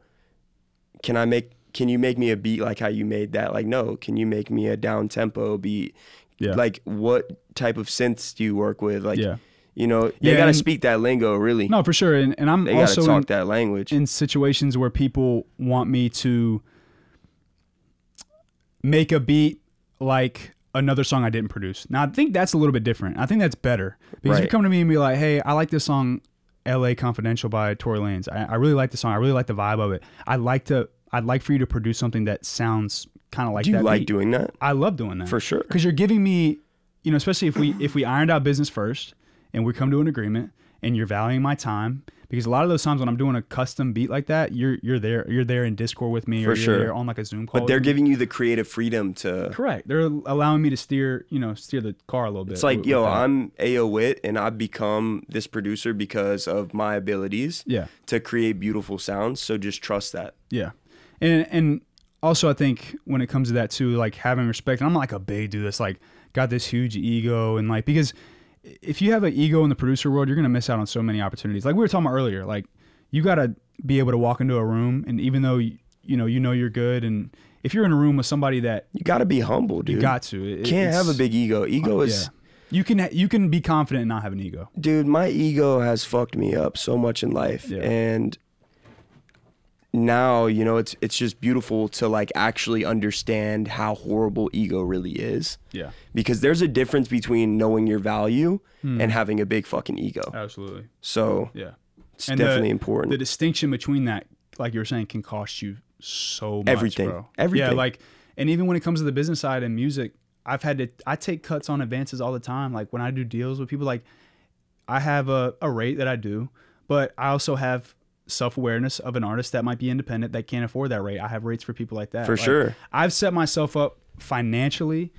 [SPEAKER 2] can I make? Can you make me a beat like how you made that? Like, no. Can you make me a down tempo beat?
[SPEAKER 1] Yeah.
[SPEAKER 2] Like, what type of synths do you work with? Like,
[SPEAKER 1] Yeah.
[SPEAKER 2] you know, they
[SPEAKER 1] Yeah,
[SPEAKER 2] gotta
[SPEAKER 1] and-
[SPEAKER 2] speak that lingo, really.
[SPEAKER 1] no for sure and, and i'm
[SPEAKER 2] they gotta
[SPEAKER 1] also
[SPEAKER 2] talk
[SPEAKER 1] in,
[SPEAKER 2] that language.
[SPEAKER 1] in situations where people want me to make a beat like another song I didn't produce. Now I think that's a little bit different. I think that's better because if you
[SPEAKER 2] Right.
[SPEAKER 1] come to me and be like, "Hey, I like this song, L.A. Confidential by Tory Lanez. I, I really like the song. I really like the vibe of it. I'd like to. I'd like for you to produce something that sounds kind of like
[SPEAKER 2] Do you
[SPEAKER 1] that
[SPEAKER 2] like
[SPEAKER 1] beat.
[SPEAKER 2] doing that?
[SPEAKER 1] I love doing that
[SPEAKER 2] For sure.
[SPEAKER 1] because you're giving me, you know, especially if we if we ironed out business first and we come to an agreement and you're valuing my time because a lot of those times when I'm doing a custom beat like that, you're you're there you're there in Discord with me or
[SPEAKER 2] For
[SPEAKER 1] you're
[SPEAKER 2] sure.
[SPEAKER 1] there on like a Zoom call.
[SPEAKER 2] But
[SPEAKER 1] with
[SPEAKER 2] they're
[SPEAKER 1] me.
[SPEAKER 2] giving you the creative freedom to.
[SPEAKER 1] correct. They're allowing me to steer you know steer the car a little bit.
[SPEAKER 2] It's like,
[SPEAKER 1] with-
[SPEAKER 2] yo,
[SPEAKER 1] with that.
[SPEAKER 2] I'm AO Wit and I've become this producer because of my abilities
[SPEAKER 1] yeah
[SPEAKER 2] to create beautiful sounds. So just trust that.
[SPEAKER 1] yeah, and and also I think when it comes to that too, like having respect. And I'm like a big dude that's like got this huge ego and like because if you have an ego in the producer world, you're gonna miss out on so many opportunities. Like we were talking about earlier, like you gotta be able to walk into a room and even though you, you know you know you're good and if you're in a room with somebody that
[SPEAKER 2] You got to be humble, dude.
[SPEAKER 1] you got to it,
[SPEAKER 2] Can't have a
[SPEAKER 1] it's-
[SPEAKER 2] big ego. Ego
[SPEAKER 1] yeah.
[SPEAKER 2] is.
[SPEAKER 1] You can you can be confident and not have an ego.
[SPEAKER 2] dude, my ego has fucked me up so much in life,
[SPEAKER 1] Yeah.
[SPEAKER 2] and now you know it's it's just beautiful to like actually understand how horrible ego really is.
[SPEAKER 1] Yeah,
[SPEAKER 2] Because there's a difference between knowing your value
[SPEAKER 1] Hmm.
[SPEAKER 2] and having a big fucking ego.
[SPEAKER 1] absolutely.
[SPEAKER 2] So
[SPEAKER 1] Yeah,
[SPEAKER 2] it's
[SPEAKER 1] And the-
[SPEAKER 2] definitely
[SPEAKER 1] the
[SPEAKER 2] important.
[SPEAKER 1] distinction between that, like you were saying, can cost you so much.
[SPEAKER 2] Everything.
[SPEAKER 1] bro. Yeah,
[SPEAKER 2] Everything.
[SPEAKER 1] like, and even when it comes to the business side and music, I've had to I take cuts on advances all the time. Like when I do deals with people, like I have a, a rate that I do, but I also have self awareness of an artist that might be independent that can't afford that rate. I have rates for people like that.
[SPEAKER 2] For
[SPEAKER 1] Like,
[SPEAKER 2] sure.
[SPEAKER 1] I've set myself up financially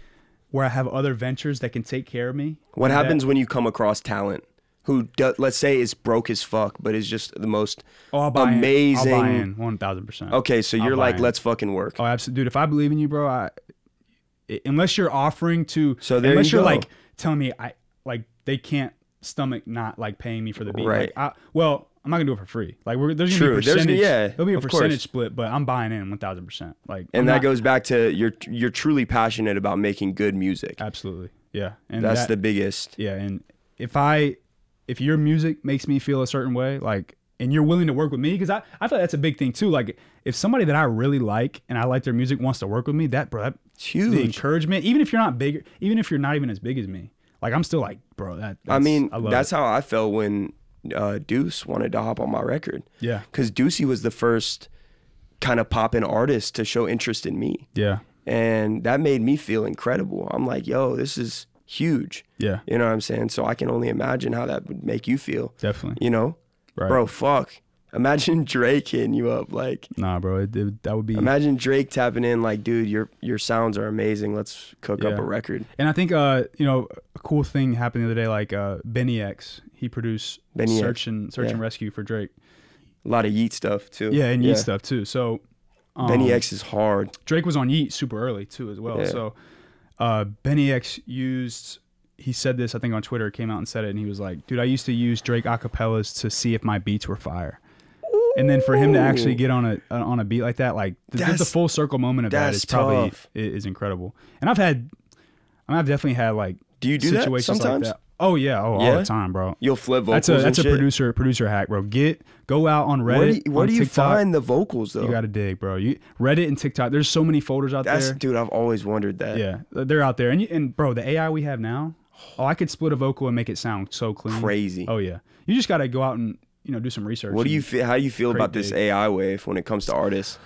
[SPEAKER 1] where I have other ventures that can take care of me.
[SPEAKER 2] what
[SPEAKER 1] and that-
[SPEAKER 2] happens when you come across talent who, do, let's say, is broke as fuck, but is just the most
[SPEAKER 1] Oh, I'll buy
[SPEAKER 2] amazing?
[SPEAKER 1] In. I'll buy in one thousand percent.
[SPEAKER 2] Okay, so
[SPEAKER 1] I'll
[SPEAKER 2] you're
[SPEAKER 1] buy
[SPEAKER 2] like,
[SPEAKER 1] in.
[SPEAKER 2] let's fucking work.
[SPEAKER 1] Oh, absolutely, dude. If I believe in you, bro, I, i- unless you're offering to,
[SPEAKER 2] So there
[SPEAKER 1] unless
[SPEAKER 2] you
[SPEAKER 1] are
[SPEAKER 2] go.
[SPEAKER 1] like telling me I like they can't stomach not like paying me for the beat.
[SPEAKER 2] Right.
[SPEAKER 1] Like, I, well, I'm not gonna do it for free. Like we're, there's gonna
[SPEAKER 2] True.
[SPEAKER 1] be a
[SPEAKER 2] There's gonna-
[SPEAKER 1] percentage.
[SPEAKER 2] yeah,
[SPEAKER 1] there'll be a
[SPEAKER 2] of course.
[SPEAKER 1] percentage split, but I'm buying in 1,000. percent Like
[SPEAKER 2] and
[SPEAKER 1] I'm
[SPEAKER 2] that
[SPEAKER 1] not-
[SPEAKER 2] goes back to you're you're truly passionate about making good music.
[SPEAKER 1] absolutely yeah. And
[SPEAKER 2] That's
[SPEAKER 1] that-
[SPEAKER 2] the biggest.
[SPEAKER 1] yeah. And if I if your music makes me feel a certain way, like and you're willing to work with me because I, I feel like that's a big thing too like if somebody that i really like and i like their music wants to work with me that bro that
[SPEAKER 2] It's
[SPEAKER 1] the
[SPEAKER 2] huge.
[SPEAKER 1] encouragement, even if you're not bigger, even if you're not even as big as me, like I'm still like, bro, that. That's,
[SPEAKER 2] I mean,
[SPEAKER 1] I love
[SPEAKER 2] that's
[SPEAKER 1] it.
[SPEAKER 2] how I felt when uh, Deuce wanted to hop on my record.
[SPEAKER 1] Yeah.
[SPEAKER 2] Because Deucey was the first kind of poppin' artist to show interest in me.
[SPEAKER 1] yeah,
[SPEAKER 2] And that made me feel incredible. I'm like, yo, this is huge.
[SPEAKER 1] yeah,
[SPEAKER 2] You know what I'm saying? So I can only imagine how that would make you feel.
[SPEAKER 1] definitely,
[SPEAKER 2] You know?
[SPEAKER 1] right,
[SPEAKER 2] Bro, fuck. Imagine [LAUGHS] Drake hitting you up. Like,
[SPEAKER 1] Nah, bro, it, it- that would be.
[SPEAKER 2] imagine Drake tapping in, like, dude, your your sounds are amazing. Let's cook up
[SPEAKER 1] Yeah.
[SPEAKER 2] a record.
[SPEAKER 1] and I think, uh, you know, a cool thing happened the other day. Like, uh, Benny X, he produced
[SPEAKER 2] Benny X,
[SPEAKER 1] Search and Search and
[SPEAKER 2] yeah.
[SPEAKER 1] Rescue for Drake.
[SPEAKER 2] A lot of Yeet stuff, too.
[SPEAKER 1] Yeah, and Yeet stuff too. So, um,
[SPEAKER 2] Benny X is hard.
[SPEAKER 1] Drake was on Yeet super early too, as well.
[SPEAKER 2] Yeah.
[SPEAKER 1] So uh, Benny X used. He said this, I think, on Twitter. Came out and said it, and he was like, "Dude, I used to use Drake acapellas to see if my beats were fire." And then for him to actually
[SPEAKER 2] Ooh.
[SPEAKER 1] get on a uh, on a beat like that, like the, just the
[SPEAKER 2] That's-
[SPEAKER 1] full circle moment of that
[SPEAKER 2] that's
[SPEAKER 1] is probably
[SPEAKER 2] tough.
[SPEAKER 1] i- is incredible. And I've had, I mean, I've definitely had like
[SPEAKER 2] Do you do that
[SPEAKER 1] situations
[SPEAKER 2] sometimes?
[SPEAKER 1] like that. Oh yeah, oh all
[SPEAKER 2] Yeah?
[SPEAKER 1] the time, bro.
[SPEAKER 2] You'll flip vocals.
[SPEAKER 1] That's a
[SPEAKER 2] and
[SPEAKER 1] that's a
[SPEAKER 2] shit.
[SPEAKER 1] producer producer hack, bro. Get go out on Reddit.
[SPEAKER 2] Where do you, where
[SPEAKER 1] on
[SPEAKER 2] do you
[SPEAKER 1] TikTok.
[SPEAKER 2] find the vocals though?
[SPEAKER 1] You gotta dig, bro. You Reddit and TikTok. There's so many folders out
[SPEAKER 2] That's
[SPEAKER 1] there.
[SPEAKER 2] dude. I've always wondered that.
[SPEAKER 1] Yeah, they're out there. And you, and bro, the AI we have now. Oh, I could split a vocal and make it sound so clean.
[SPEAKER 2] Crazy.
[SPEAKER 1] Oh yeah. You just gotta go out and you know do some research.
[SPEAKER 2] What do
[SPEAKER 1] and-
[SPEAKER 2] you feel? How do you feel about this
[SPEAKER 1] big.
[SPEAKER 2] AI wave when it comes to artists?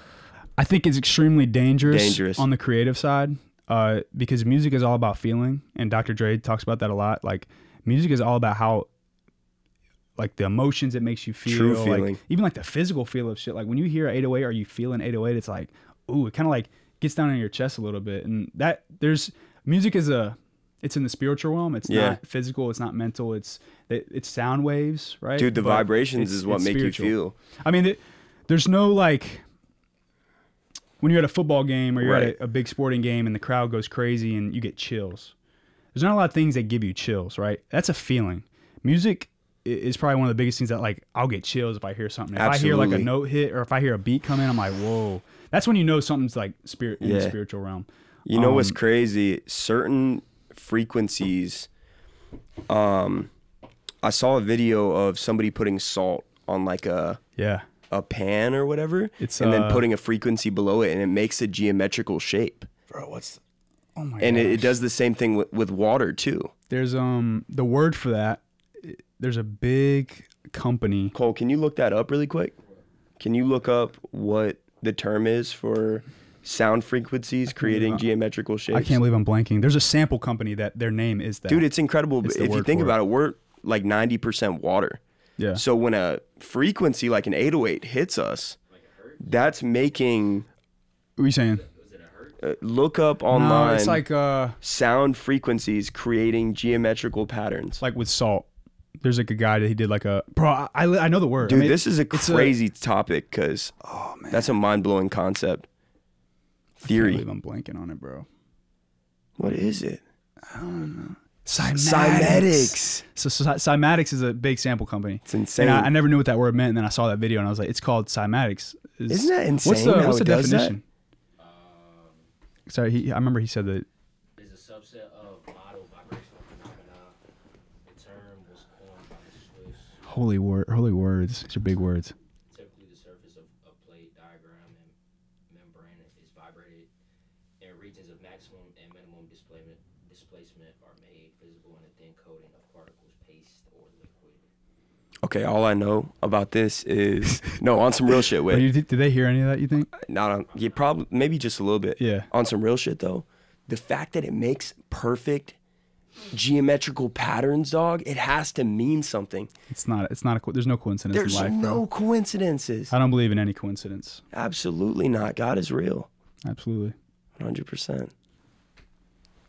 [SPEAKER 1] I think it's extremely dangerous.
[SPEAKER 2] Dangerous.
[SPEAKER 1] on the creative side, uh, because music is all about feeling, and Dr. Dre talks about that a lot. Like music is all about how. Like the emotions it makes you feel,
[SPEAKER 2] True
[SPEAKER 1] like,
[SPEAKER 2] feeling.
[SPEAKER 1] even like the physical feel of shit. Like when you hear 808, are you feeling 808? It's like, ooh, it kind of like gets down in your chest a little bit. And that there's music is a, it's in the spiritual realm. It's
[SPEAKER 2] Yeah.
[SPEAKER 1] not physical. It's not mental. It's it, it's sound waves, right?
[SPEAKER 2] Dude, the
[SPEAKER 1] But
[SPEAKER 2] vibrations
[SPEAKER 1] it's-
[SPEAKER 2] is what
[SPEAKER 1] it's
[SPEAKER 2] make
[SPEAKER 1] spiritual.
[SPEAKER 2] you feel.
[SPEAKER 1] I mean, th- there's no like when you're at a football game or you're
[SPEAKER 2] Right.
[SPEAKER 1] at a, a big sporting game and the crowd goes crazy and you get chills. There's not a lot of things that give you chills, right? That's a feeling. Music i- is probably one of the biggest things that like I'll get chills if I hear something. If I hear like a
[SPEAKER 2] Absolutely.
[SPEAKER 1] note hit or if I hear a beat come in, I'm like, whoa. That's when you know something's like spirit in the
[SPEAKER 2] Yeah.
[SPEAKER 1] spiritual realm.
[SPEAKER 2] You know what's
[SPEAKER 1] Um,
[SPEAKER 2] crazy? Certain frequencies. Um, I saw a video of somebody putting salt on like a
[SPEAKER 1] Yeah.
[SPEAKER 2] a pan or whatever,
[SPEAKER 1] It's,
[SPEAKER 2] and
[SPEAKER 1] uh,
[SPEAKER 2] then putting a frequency below it, and it makes a geometrical shape.
[SPEAKER 1] Bro, what's Oh my
[SPEAKER 2] And it, it
[SPEAKER 1] gosh.
[SPEAKER 2] does the same thing with, with water too.
[SPEAKER 1] There's um the word for that. i- There's a big company
[SPEAKER 2] Cole, can you look that up really quick? Can you look up what the term is for sound frequencies, creating geometrical shapes.
[SPEAKER 1] uh, I can't believe I'm blanking. There's a sample company that their name is that.
[SPEAKER 2] Dude, it's incredible.
[SPEAKER 1] It's
[SPEAKER 2] but
[SPEAKER 1] the
[SPEAKER 2] if you
[SPEAKER 1] word
[SPEAKER 2] think
[SPEAKER 1] for it.
[SPEAKER 2] about it, we're like 90% water.
[SPEAKER 1] yeah.
[SPEAKER 2] So when a frequency like an 808 hits us, that's making
[SPEAKER 1] what are you saying?
[SPEAKER 2] uh, look up online
[SPEAKER 1] No, it's like uh,
[SPEAKER 2] sound frequencies creating geometrical patterns.
[SPEAKER 1] it's like with salt. There's like a guy that he did like a bro. I, I I know the word. I
[SPEAKER 2] Dude,
[SPEAKER 1] mean,
[SPEAKER 2] this is a
[SPEAKER 1] it's Oh,
[SPEAKER 2] crazy topic 'cause topic because that's a mind blowing concept.
[SPEAKER 1] I can't
[SPEAKER 2] Theory.
[SPEAKER 1] believe I'm blanking on it, bro.
[SPEAKER 2] What is it?
[SPEAKER 1] Cymatics.
[SPEAKER 2] Cymatics.
[SPEAKER 1] So, so Cymatics is a big sample company.
[SPEAKER 2] It's insane.
[SPEAKER 1] And I, I never knew what that word meant. And then I saw that video and I was like, it's called cymatics. Is-
[SPEAKER 2] Isn't that
[SPEAKER 1] What's
[SPEAKER 2] insane
[SPEAKER 1] the,
[SPEAKER 2] how
[SPEAKER 1] what's the
[SPEAKER 2] it does that?
[SPEAKER 1] definition? Sorry, he, I remember he said that.
[SPEAKER 3] is a subset of model vibrational phenomena. The term was coined by the Swiss,
[SPEAKER 1] Holy word, holy words. These are big words.
[SPEAKER 3] typically the surface of a plate diagram and membrane is vibrated and regions of maximum and minimum displacement displacement are made visible in a thin coating of particles, paste or liquid.
[SPEAKER 2] Okay, all I know about this
[SPEAKER 1] [LAUGHS]
[SPEAKER 2] is no on some real shit.
[SPEAKER 1] But
[SPEAKER 2] Wait,
[SPEAKER 1] you, did did they hear any of that? You think?
[SPEAKER 2] not on. Yeah, probably maybe just a little bit.
[SPEAKER 1] Yeah.
[SPEAKER 2] On some real shit though, the fact that it makes perfect geometrical patterns, dog, it has to mean something.
[SPEAKER 1] It's not. It's not a. co- There's no coincidence
[SPEAKER 2] There's
[SPEAKER 1] in life. bro.
[SPEAKER 2] no coincidences.
[SPEAKER 1] I don't believe in any coincidence.
[SPEAKER 2] Absolutely not. God is real,
[SPEAKER 1] Absolutely.
[SPEAKER 2] 100. percent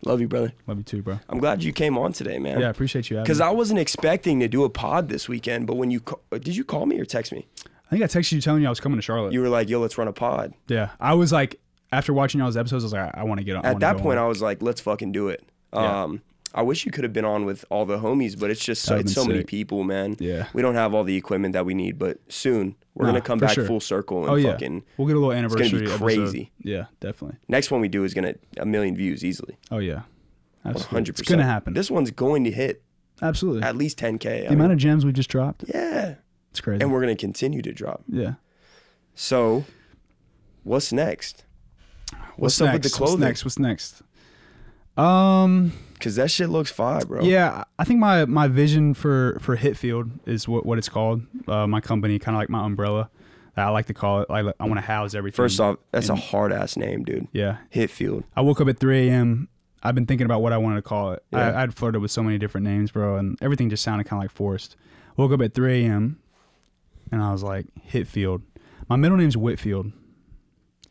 [SPEAKER 2] Love you, brother.
[SPEAKER 1] Love you too, bro.
[SPEAKER 2] I'm glad you came on today, man.
[SPEAKER 1] Yeah, I appreciate you. having
[SPEAKER 2] Because
[SPEAKER 1] me.
[SPEAKER 2] I wasn't expecting to do a pod this weekend, but when you ca- did you call me or text me?
[SPEAKER 1] I think I texted you telling you I was coming to Charlotte.
[SPEAKER 2] You were like, "Yo, let's run a pod."
[SPEAKER 1] yeah, I was like, after watching y'all's episodes, I was like, I, want to get on.
[SPEAKER 2] at that point, I was like, let's fucking do it. Um, I wish you could have been on with all the homies, but it's just so,
[SPEAKER 1] That would've
[SPEAKER 2] it's
[SPEAKER 1] been
[SPEAKER 2] so many
[SPEAKER 1] sick.
[SPEAKER 2] people, man.
[SPEAKER 1] Yeah.
[SPEAKER 2] we don't have all the equipment that we need, but soon we're
[SPEAKER 1] Nah,
[SPEAKER 2] gonna come
[SPEAKER 1] for
[SPEAKER 2] back
[SPEAKER 1] sure.
[SPEAKER 2] full circle and
[SPEAKER 1] oh yeah,
[SPEAKER 2] fucking
[SPEAKER 1] we'll get a little
[SPEAKER 2] be
[SPEAKER 1] anniversary. episode.
[SPEAKER 2] crazy.
[SPEAKER 1] Yeah, definitely.
[SPEAKER 2] next one we do is gonna a million views easily,
[SPEAKER 1] Oh yeah, absolutely.
[SPEAKER 2] hundred
[SPEAKER 1] It's
[SPEAKER 2] percent.
[SPEAKER 1] gonna happen.
[SPEAKER 2] This one's going to hit
[SPEAKER 1] absolutely.
[SPEAKER 2] at least 10k. I
[SPEAKER 1] the
[SPEAKER 2] mean,
[SPEAKER 1] amount of gems we just dropped,
[SPEAKER 2] yeah,
[SPEAKER 1] it's crazy.
[SPEAKER 2] and we're gonna continue to drop.
[SPEAKER 1] yeah.
[SPEAKER 2] So, what's next? What's,
[SPEAKER 1] What's
[SPEAKER 2] up
[SPEAKER 1] next?
[SPEAKER 2] with the
[SPEAKER 1] What's
[SPEAKER 2] clothing?
[SPEAKER 1] next? What's next? Um.
[SPEAKER 2] Because that shit looks fire, bro.
[SPEAKER 1] Yeah, I think my my vision for for Hitfield is what what it's called. Uh, my company, kind of like my umbrella. I like to call it. Like I want to house everything.
[SPEAKER 2] First off, that's a hard ass name, dude.
[SPEAKER 1] yeah.
[SPEAKER 2] Hitfield.
[SPEAKER 1] I woke up at 3 a.m. I've been thinking about what I wanted to call it.
[SPEAKER 2] Yeah.
[SPEAKER 1] I, I'd flirted with so many different names, bro, and everything just sounded kind of like forced. Woke up at 3 a.m. and I was like, Hitfield. My middle name's Whitfield,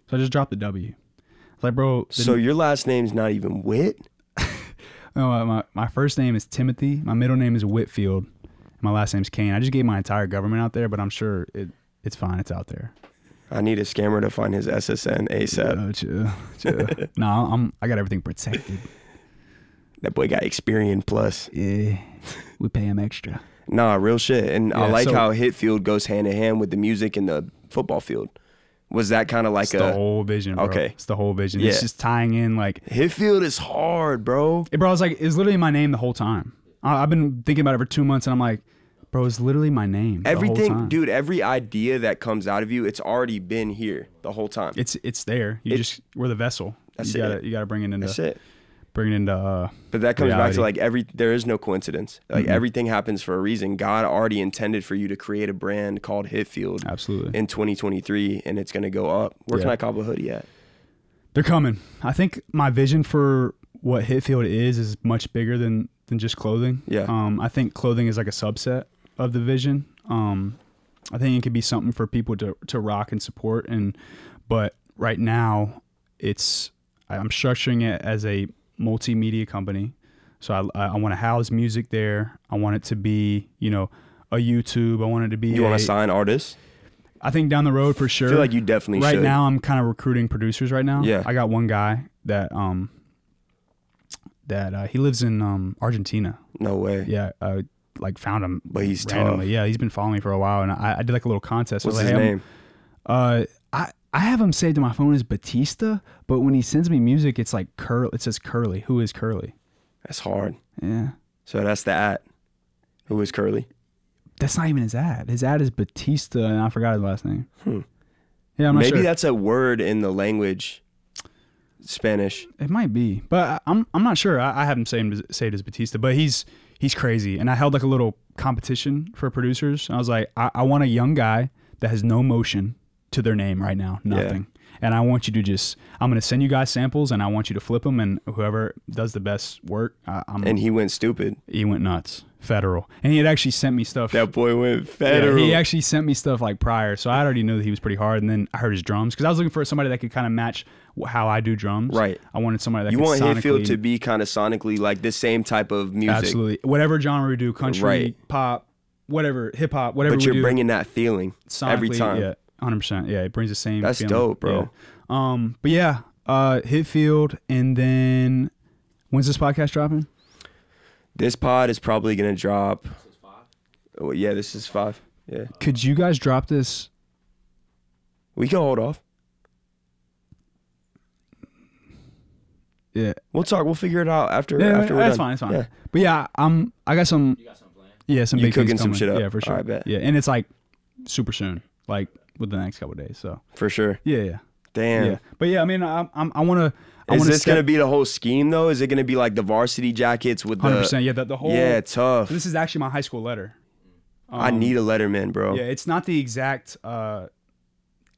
[SPEAKER 1] so I just dropped the W. I was like, bro, the
[SPEAKER 2] So your last name's not even Wit.
[SPEAKER 1] No, uh, my, my first name is Timothy. My middle name is Whitfield. and My last name's Kane. I just gave my entire government out there, but I'm sure it it's fine. It's out there.
[SPEAKER 2] I need a scammer to find his SSN ASAP.
[SPEAKER 1] Uh, chill, chill. no, I'm I got everything protected.
[SPEAKER 2] That boy got Experian Plus.
[SPEAKER 1] Yeah, we pay him extra.
[SPEAKER 2] Nah, real shit. And I
[SPEAKER 1] Yeah,
[SPEAKER 2] like
[SPEAKER 1] so-
[SPEAKER 2] how Hitfield goes hand in hand with the music and the football field. Was that kind of like
[SPEAKER 1] It's the
[SPEAKER 2] a
[SPEAKER 1] whole vision. Bro.
[SPEAKER 2] Okay.
[SPEAKER 1] it's the whole vision.
[SPEAKER 2] Yeah.
[SPEAKER 1] It's just tying in like,
[SPEAKER 2] Hitfield is hard, bro.
[SPEAKER 1] it, bro. I was like, it's literally my name the whole time. I, I've been thinking about it for two months, and I'm like, bro, it's literally my name. the whole
[SPEAKER 2] Everything,
[SPEAKER 1] time.
[SPEAKER 2] dude. Every idea that comes out of you, it's already been here the whole time.
[SPEAKER 1] It's it's there. You just we're the vessel.
[SPEAKER 2] That's
[SPEAKER 1] you gotta
[SPEAKER 2] it.
[SPEAKER 1] you gotta bring it into
[SPEAKER 2] That's it.
[SPEAKER 1] bring it into uh,
[SPEAKER 2] But that comes back
[SPEAKER 1] Reality. Mm-hmm.
[SPEAKER 2] to like every. There is no coincidence. Like everything happens for a reason. God already intended for you to create a brand called Hitfield
[SPEAKER 1] absolutely.
[SPEAKER 2] in 2023, and it's gonna go up. Where can
[SPEAKER 1] Yeah.
[SPEAKER 2] I cop a hoodie at?
[SPEAKER 1] They're coming. I think my vision for what Hitfield is is much bigger than than just clothing.
[SPEAKER 2] Yeah.
[SPEAKER 1] Um, I think clothing is like a subset of the vision. Um, I think it could be something for people to to rock and support. And but right now, it's I'm structuring it as a multimedia company. So I I want to house music there. I want it to be you know a YouTube. I want it to be.
[SPEAKER 2] You
[SPEAKER 1] a-
[SPEAKER 2] want to sign artists?
[SPEAKER 1] I think down the road for sure
[SPEAKER 2] I feel like you definitely
[SPEAKER 1] right
[SPEAKER 2] should.
[SPEAKER 1] now i'm kind of recruiting producers right now
[SPEAKER 2] Yeah.
[SPEAKER 1] i got one guy that um that uh, he lives in um argentina
[SPEAKER 2] No way.
[SPEAKER 1] yeah uh like found him
[SPEAKER 2] But he's
[SPEAKER 1] randomly yeah he's been following me for a while and i, I did like a little contest I was
[SPEAKER 2] What's his
[SPEAKER 1] like, "Hey, I'm-
[SPEAKER 2] name?
[SPEAKER 1] uh i i have him saved to my phone as batista but when he sends me music it's like curl it says curly who is curly
[SPEAKER 2] That's hard.
[SPEAKER 1] yeah
[SPEAKER 2] So that's the at. Who is Curly?
[SPEAKER 1] that's not even his ad his ad is batista and i forgot his last name yeah i'm not
[SPEAKER 2] Hmm. Maybe
[SPEAKER 1] sure
[SPEAKER 2] that's a word in the language, Spanish.
[SPEAKER 1] It might be, but I- I'm I'm not sure. I, I haven't saved saved as Batista, but he's he's crazy. And I held like a little competition for producers. I was like, I, I want a young guy that has no motion to their name right now.
[SPEAKER 2] Yeah.
[SPEAKER 1] Nothing. And I want you to just, I'm going to send you guys samples and I want you to flip them. And whoever does the best work, I, I'm,
[SPEAKER 2] And he went stupid.
[SPEAKER 1] he went nuts. Federal. And he had actually sent me stuff.
[SPEAKER 2] That boy went
[SPEAKER 1] Yeah,
[SPEAKER 2] federal.
[SPEAKER 1] he actually sent me stuff like prior, so I already knew that he was pretty hard. And then I heard his drums because I was looking for somebody that could kind of match wh- how I do drums.
[SPEAKER 2] Right.
[SPEAKER 1] I wanted somebody that
[SPEAKER 2] you
[SPEAKER 1] could
[SPEAKER 2] want Hayfield
[SPEAKER 1] sonically-
[SPEAKER 2] to be kind of sonically like the same type of music,
[SPEAKER 1] absolutely whatever genre we do, country,
[SPEAKER 2] Right.
[SPEAKER 1] pop, whatever, hip hop, whatever.
[SPEAKER 2] but
[SPEAKER 1] we
[SPEAKER 2] you're
[SPEAKER 1] do,
[SPEAKER 2] bringing that feeling every
[SPEAKER 1] sonically,
[SPEAKER 2] time.
[SPEAKER 1] Yeah, hundred percent. Yeah, it brings the same.
[SPEAKER 2] That's
[SPEAKER 1] feeling.
[SPEAKER 2] dope, bro.
[SPEAKER 1] Yeah. Um, but yeah, uh, Hitfield, and then when's this podcast dropping?
[SPEAKER 2] This pod is probably gonna drop.
[SPEAKER 3] Six five.
[SPEAKER 2] Oh, yeah, this is five. Yeah,
[SPEAKER 1] Could you guys drop this?
[SPEAKER 2] we can hold off.
[SPEAKER 1] Yeah,
[SPEAKER 2] We'll talk. We'll figure it out after.
[SPEAKER 1] yeah,
[SPEAKER 2] after we're done.
[SPEAKER 1] that's fine. It's fine.
[SPEAKER 2] Yeah.
[SPEAKER 1] But yeah, I'm. I got some.
[SPEAKER 3] You got something planned?
[SPEAKER 1] Yeah, some
[SPEAKER 2] You
[SPEAKER 1] big things
[SPEAKER 2] cooking some
[SPEAKER 1] coming.
[SPEAKER 2] shit up.
[SPEAKER 1] Yeah, for sure.
[SPEAKER 2] I bet.
[SPEAKER 1] Yeah, and it's like super soon, like within the next couple of days. So
[SPEAKER 2] for sure.
[SPEAKER 1] yeah, yeah,
[SPEAKER 2] Damn.
[SPEAKER 1] yeah. But yeah, I mean, I, I'm, I want to. I
[SPEAKER 2] Is
[SPEAKER 1] wanna
[SPEAKER 2] this
[SPEAKER 1] step,
[SPEAKER 2] gonna be the whole scheme though? Is it gonna be like the varsity jackets with
[SPEAKER 1] 100?
[SPEAKER 2] the?
[SPEAKER 1] percent Yeah, the, the whole.
[SPEAKER 2] Yeah, tough.
[SPEAKER 1] This is actually my high school letter.
[SPEAKER 2] I
[SPEAKER 1] Um,
[SPEAKER 2] need a Letterman, bro.
[SPEAKER 1] Yeah, it's not the exact uh,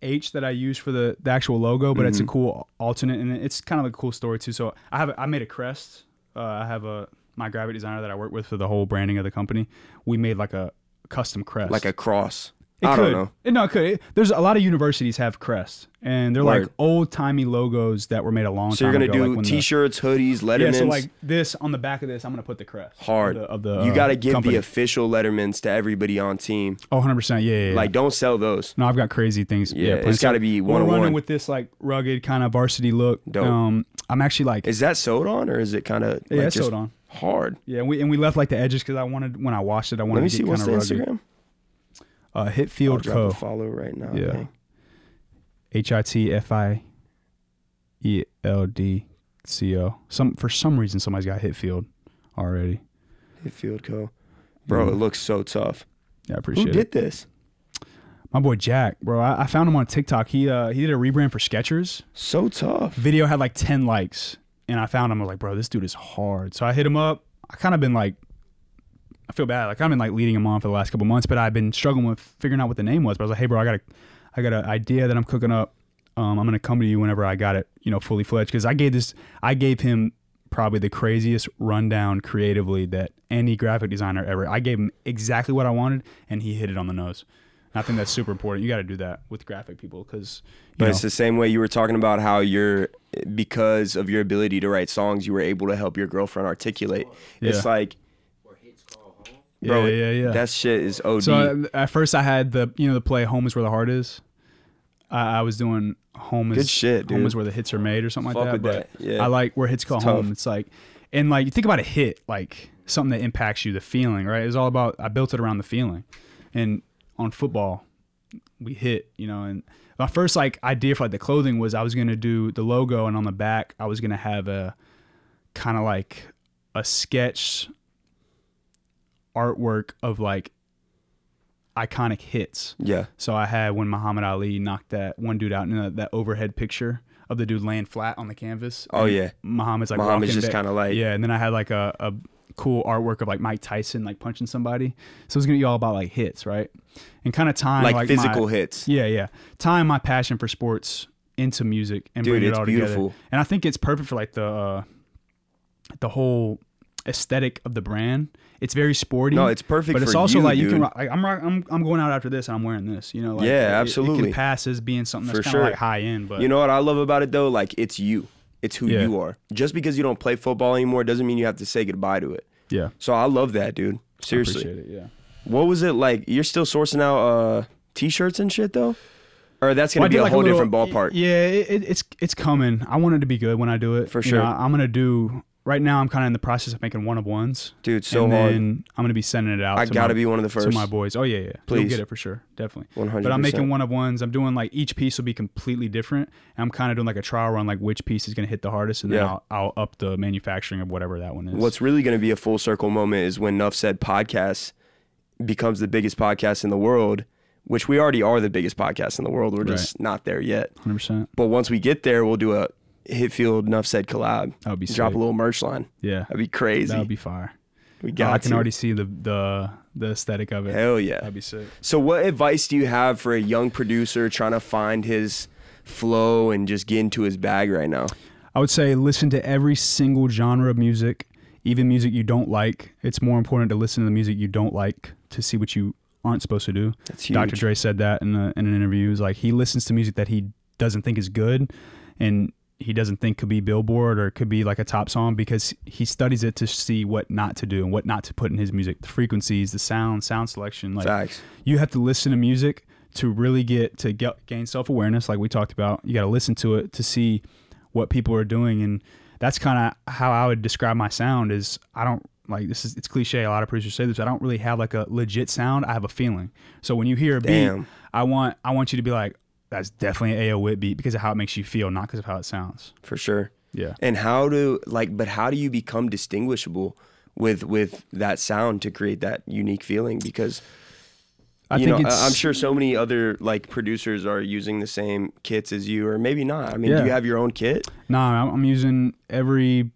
[SPEAKER 1] H that I use for the, the actual logo, but
[SPEAKER 2] Mm-hmm.
[SPEAKER 1] it's a cool alternate, and it's kind of a cool story too. So I have I made a crest. Uh, I have a my graphic designer that I work with for the whole branding of the company. We made like a custom crest,
[SPEAKER 2] Like a cross.
[SPEAKER 1] It
[SPEAKER 2] I
[SPEAKER 1] could.
[SPEAKER 2] don't know.
[SPEAKER 1] It- no, it could. It- there's a lot of universities have crests, and they're like
[SPEAKER 2] Word.
[SPEAKER 1] old timey logos that were made a long
[SPEAKER 2] So you're
[SPEAKER 1] time
[SPEAKER 2] gonna
[SPEAKER 1] ago.
[SPEAKER 2] do
[SPEAKER 1] like when the-
[SPEAKER 2] t-shirts, hoodies,
[SPEAKER 1] yeah,
[SPEAKER 2] Lettermans.
[SPEAKER 1] so like this on the back of this, I'm gonna put the crest.
[SPEAKER 2] hard.
[SPEAKER 1] of the. Of the
[SPEAKER 2] you
[SPEAKER 1] uh,
[SPEAKER 2] got to give
[SPEAKER 1] company.
[SPEAKER 2] the official Lettermans to everybody on team.
[SPEAKER 1] oh, 100 percent. Yeah, yeah, yeah.
[SPEAKER 2] Like, don't sell those.
[SPEAKER 1] no, I've got crazy things.
[SPEAKER 2] Yeah,
[SPEAKER 1] planned.
[SPEAKER 2] it's
[SPEAKER 1] So
[SPEAKER 2] gotta be
[SPEAKER 1] We're running
[SPEAKER 2] one-on-one.
[SPEAKER 1] with this like rugged kind of varsity look.
[SPEAKER 2] Dope.
[SPEAKER 1] Um, I'm actually like
[SPEAKER 2] Is that sewed on or is it kind of
[SPEAKER 1] yeah,
[SPEAKER 2] like
[SPEAKER 1] it's
[SPEAKER 2] just
[SPEAKER 1] sewed on.
[SPEAKER 2] hard?
[SPEAKER 1] Yeah, and we and we left like the edges because I wanted when I washed it, I wanted
[SPEAKER 2] Let me
[SPEAKER 1] to
[SPEAKER 2] see
[SPEAKER 1] get
[SPEAKER 2] what's
[SPEAKER 1] kind
[SPEAKER 2] the
[SPEAKER 1] of rugged.
[SPEAKER 2] Instagram.
[SPEAKER 1] Uh,
[SPEAKER 2] I'll
[SPEAKER 1] Hitfield
[SPEAKER 2] drop
[SPEAKER 1] Co.
[SPEAKER 2] a follow right now.
[SPEAKER 1] Yeah.
[SPEAKER 2] dang.
[SPEAKER 1] H I T F I E L D C O. Some for some reason somebody's got Hitfield already.
[SPEAKER 2] Hitfield Co. Bro, it looks so tough.
[SPEAKER 1] Yeah, I
[SPEAKER 2] Who
[SPEAKER 1] appreciate
[SPEAKER 2] did
[SPEAKER 1] it.
[SPEAKER 2] this?
[SPEAKER 1] My boy Jack, bro. I, I found him on TikTok. He uh he did a rebrand for Skechers.
[SPEAKER 2] So tough.
[SPEAKER 1] Video had like ten likes, and I found him. I was like, bro, this dude is hard. So I hit him up. I kind of been like, I feel bad. Like I've been like leading him on for the last couple months, but I've been struggling with figuring out what the name was. But I was like, hey, bro, I got a, I got an idea that I'm cooking up. Um, I'm gonna come to you whenever I got it, you know, fully fledged. Because I gave this, I gave him probably the craziest rundown creatively that any graphic designer ever. I gave him exactly what I wanted, and he hit it on the nose. And I think that's super important. You got to do that with graphic people because
[SPEAKER 2] But it's the same way you were talking about how you're because of your ability to write songs, you were able to help your girlfriend articulate. It's
[SPEAKER 1] Yeah.
[SPEAKER 2] like,
[SPEAKER 3] Or hits call home.
[SPEAKER 2] bro,
[SPEAKER 1] yeah, yeah, yeah.
[SPEAKER 2] that shit is OD.
[SPEAKER 1] So uh, at first, I had the you know the play "Home is where the heart is." I, I was doing "Home is
[SPEAKER 2] Good shit,
[SPEAKER 1] Home
[SPEAKER 2] dude.
[SPEAKER 1] is where the hits are made" or something
[SPEAKER 2] Fuck
[SPEAKER 1] like
[SPEAKER 2] with
[SPEAKER 1] that. But
[SPEAKER 2] that, yeah.
[SPEAKER 1] I like where hits call
[SPEAKER 2] It's
[SPEAKER 1] home.
[SPEAKER 2] tough.
[SPEAKER 1] It's like, and like you think about a hit, like something that impacts you, the feeling, right? It's all about. I built it around the feeling, and on football, we hit, you know. And my first like idea for like the clothing was I was gonna do the logo, and on the back I was gonna have a kind of like a sketch artwork of like iconic hits.
[SPEAKER 2] yeah.
[SPEAKER 1] So I had when Muhammad Ali knocked that one dude out in a, that overhead picture of the dude laying flat on the canvas.
[SPEAKER 2] Oh,
[SPEAKER 1] And
[SPEAKER 2] yeah.
[SPEAKER 1] Muhammad's like
[SPEAKER 2] Muhammad's
[SPEAKER 1] walking
[SPEAKER 2] just
[SPEAKER 1] back.
[SPEAKER 2] kinda like-
[SPEAKER 1] yeah. And then I had like a, a cool artwork of like Mike Tyson like punching somebody. So it's gonna be all about like hits, right? And kind of time
[SPEAKER 2] Like,
[SPEAKER 1] like, my-
[SPEAKER 2] physical hits.
[SPEAKER 1] yeah, yeah. Tying my passion for sports into music and
[SPEAKER 2] Dude,
[SPEAKER 1] bringing
[SPEAKER 2] it's
[SPEAKER 1] it all
[SPEAKER 2] beautiful.
[SPEAKER 1] together. And I think it's perfect for like the uh, the whole aesthetic of the brand. It's very sporty.
[SPEAKER 2] No, it's perfect
[SPEAKER 1] But it's
[SPEAKER 2] for
[SPEAKER 1] also
[SPEAKER 2] you,
[SPEAKER 1] like you
[SPEAKER 2] dude.
[SPEAKER 1] can. rock- Like, I'm, rock, I'm I'm going out after this and I'm wearing this. You know. Like,
[SPEAKER 2] Yeah,
[SPEAKER 1] it- it- It,
[SPEAKER 2] absolutely.
[SPEAKER 1] can pass as being something
[SPEAKER 2] For
[SPEAKER 1] that's kind
[SPEAKER 2] sure.
[SPEAKER 1] of like high end, but
[SPEAKER 2] You know what I love about it though? Like it's you. It's who
[SPEAKER 1] Yeah.
[SPEAKER 2] you are. Just because you don't play football anymore doesn't mean you have to say goodbye to it.
[SPEAKER 1] yeah,
[SPEAKER 2] So I love that, dude.
[SPEAKER 1] I
[SPEAKER 2] Seriously.
[SPEAKER 1] appreciate it. Yeah.
[SPEAKER 2] What was it like? You're still sourcing out uh t-shirts and shit though? Or that's going
[SPEAKER 1] Well, I
[SPEAKER 2] to be
[SPEAKER 1] did
[SPEAKER 2] a
[SPEAKER 1] like
[SPEAKER 2] whole
[SPEAKER 1] little-
[SPEAKER 2] different ballpark.
[SPEAKER 1] Yeah, it, it- it's it's coming. I want it to be good when I do it
[SPEAKER 2] For
[SPEAKER 1] You
[SPEAKER 2] sure.
[SPEAKER 1] know, I- I'm gonna do. Right now, I'm kind of in the process of making one of ones.
[SPEAKER 2] Dude, so
[SPEAKER 1] and
[SPEAKER 2] hard.
[SPEAKER 1] then I'm gonna be sending it out.
[SPEAKER 2] I
[SPEAKER 1] to
[SPEAKER 2] got to
[SPEAKER 1] my-
[SPEAKER 2] be one of the
[SPEAKER 1] to
[SPEAKER 2] first.
[SPEAKER 1] my boys. Oh yeah, yeah.
[SPEAKER 2] Please.
[SPEAKER 1] You'll get it for sure, definitely.
[SPEAKER 2] 100%.
[SPEAKER 1] But I'm making one of ones. I'm doing like each piece will be completely different. And I'm kind of doing like a trial run, like which piece is going to hit the hardest, and then
[SPEAKER 2] Yeah.
[SPEAKER 1] I'll, I'll up the manufacturing of whatever that one is.
[SPEAKER 2] What's really going to be a full circle moment is when Nuff said podcast becomes the biggest podcast in the world, which we already are the biggest podcast in the world. We're just not there yet.
[SPEAKER 1] 100. percent
[SPEAKER 2] But once we get there, we'll do a Hitfield Nuff said collab.
[SPEAKER 1] That would be
[SPEAKER 2] Drop
[SPEAKER 1] sick.
[SPEAKER 2] a little merch line.
[SPEAKER 1] Yeah,
[SPEAKER 2] That'd be crazy.
[SPEAKER 1] that would be fire.
[SPEAKER 2] We
[SPEAKER 1] Oh,
[SPEAKER 2] got.
[SPEAKER 1] I can
[SPEAKER 2] to.
[SPEAKER 1] already see the the the aesthetic of it.
[SPEAKER 2] Hell yeah.
[SPEAKER 1] That'd be sick.
[SPEAKER 2] So, what advice do you have for a young producer trying to find his flow and just get into his bag right now?
[SPEAKER 1] I would say listen to every single genre of music, even music you don't like. It's more important to listen to the music you don't like to see what you aren't supposed to do.
[SPEAKER 2] That's
[SPEAKER 1] Dr.
[SPEAKER 2] huge.
[SPEAKER 1] Dre said that in, a, in an interview. Is like he listens to music that he doesn't think is good, and he doesn't think could be Billboard or could be like a top song because he studies it to see what not to do and what not to put in his music. The frequencies, the sound, sound selection. Like
[SPEAKER 2] Facts.
[SPEAKER 1] you have to listen to music to really get to get, gain self awareness, like we talked about. You got to listen to it to see what people are doing, and that's kind of how I would describe my sound. Is I don't like this is it's cliche. A lot of producers say this. I don't really have like a legit sound. I have a feeling. So when you hear a beat,
[SPEAKER 2] Damn.
[SPEAKER 1] I want I want you to be like, that's definitely an AO Whit beat because of how it makes you feel, not because of how it sounds.
[SPEAKER 2] for sure.
[SPEAKER 1] Yeah.
[SPEAKER 2] And how do like, but how do you become distinguishable with with that sound to create that unique feeling? Because
[SPEAKER 1] I
[SPEAKER 2] you
[SPEAKER 1] think
[SPEAKER 2] know,
[SPEAKER 1] it's
[SPEAKER 2] I- I'm sure so many other like producers are using the same kits as you, or maybe not. I mean, do
[SPEAKER 1] Yeah.
[SPEAKER 2] you have your own kit?
[SPEAKER 1] Nah, I'm- I'm using every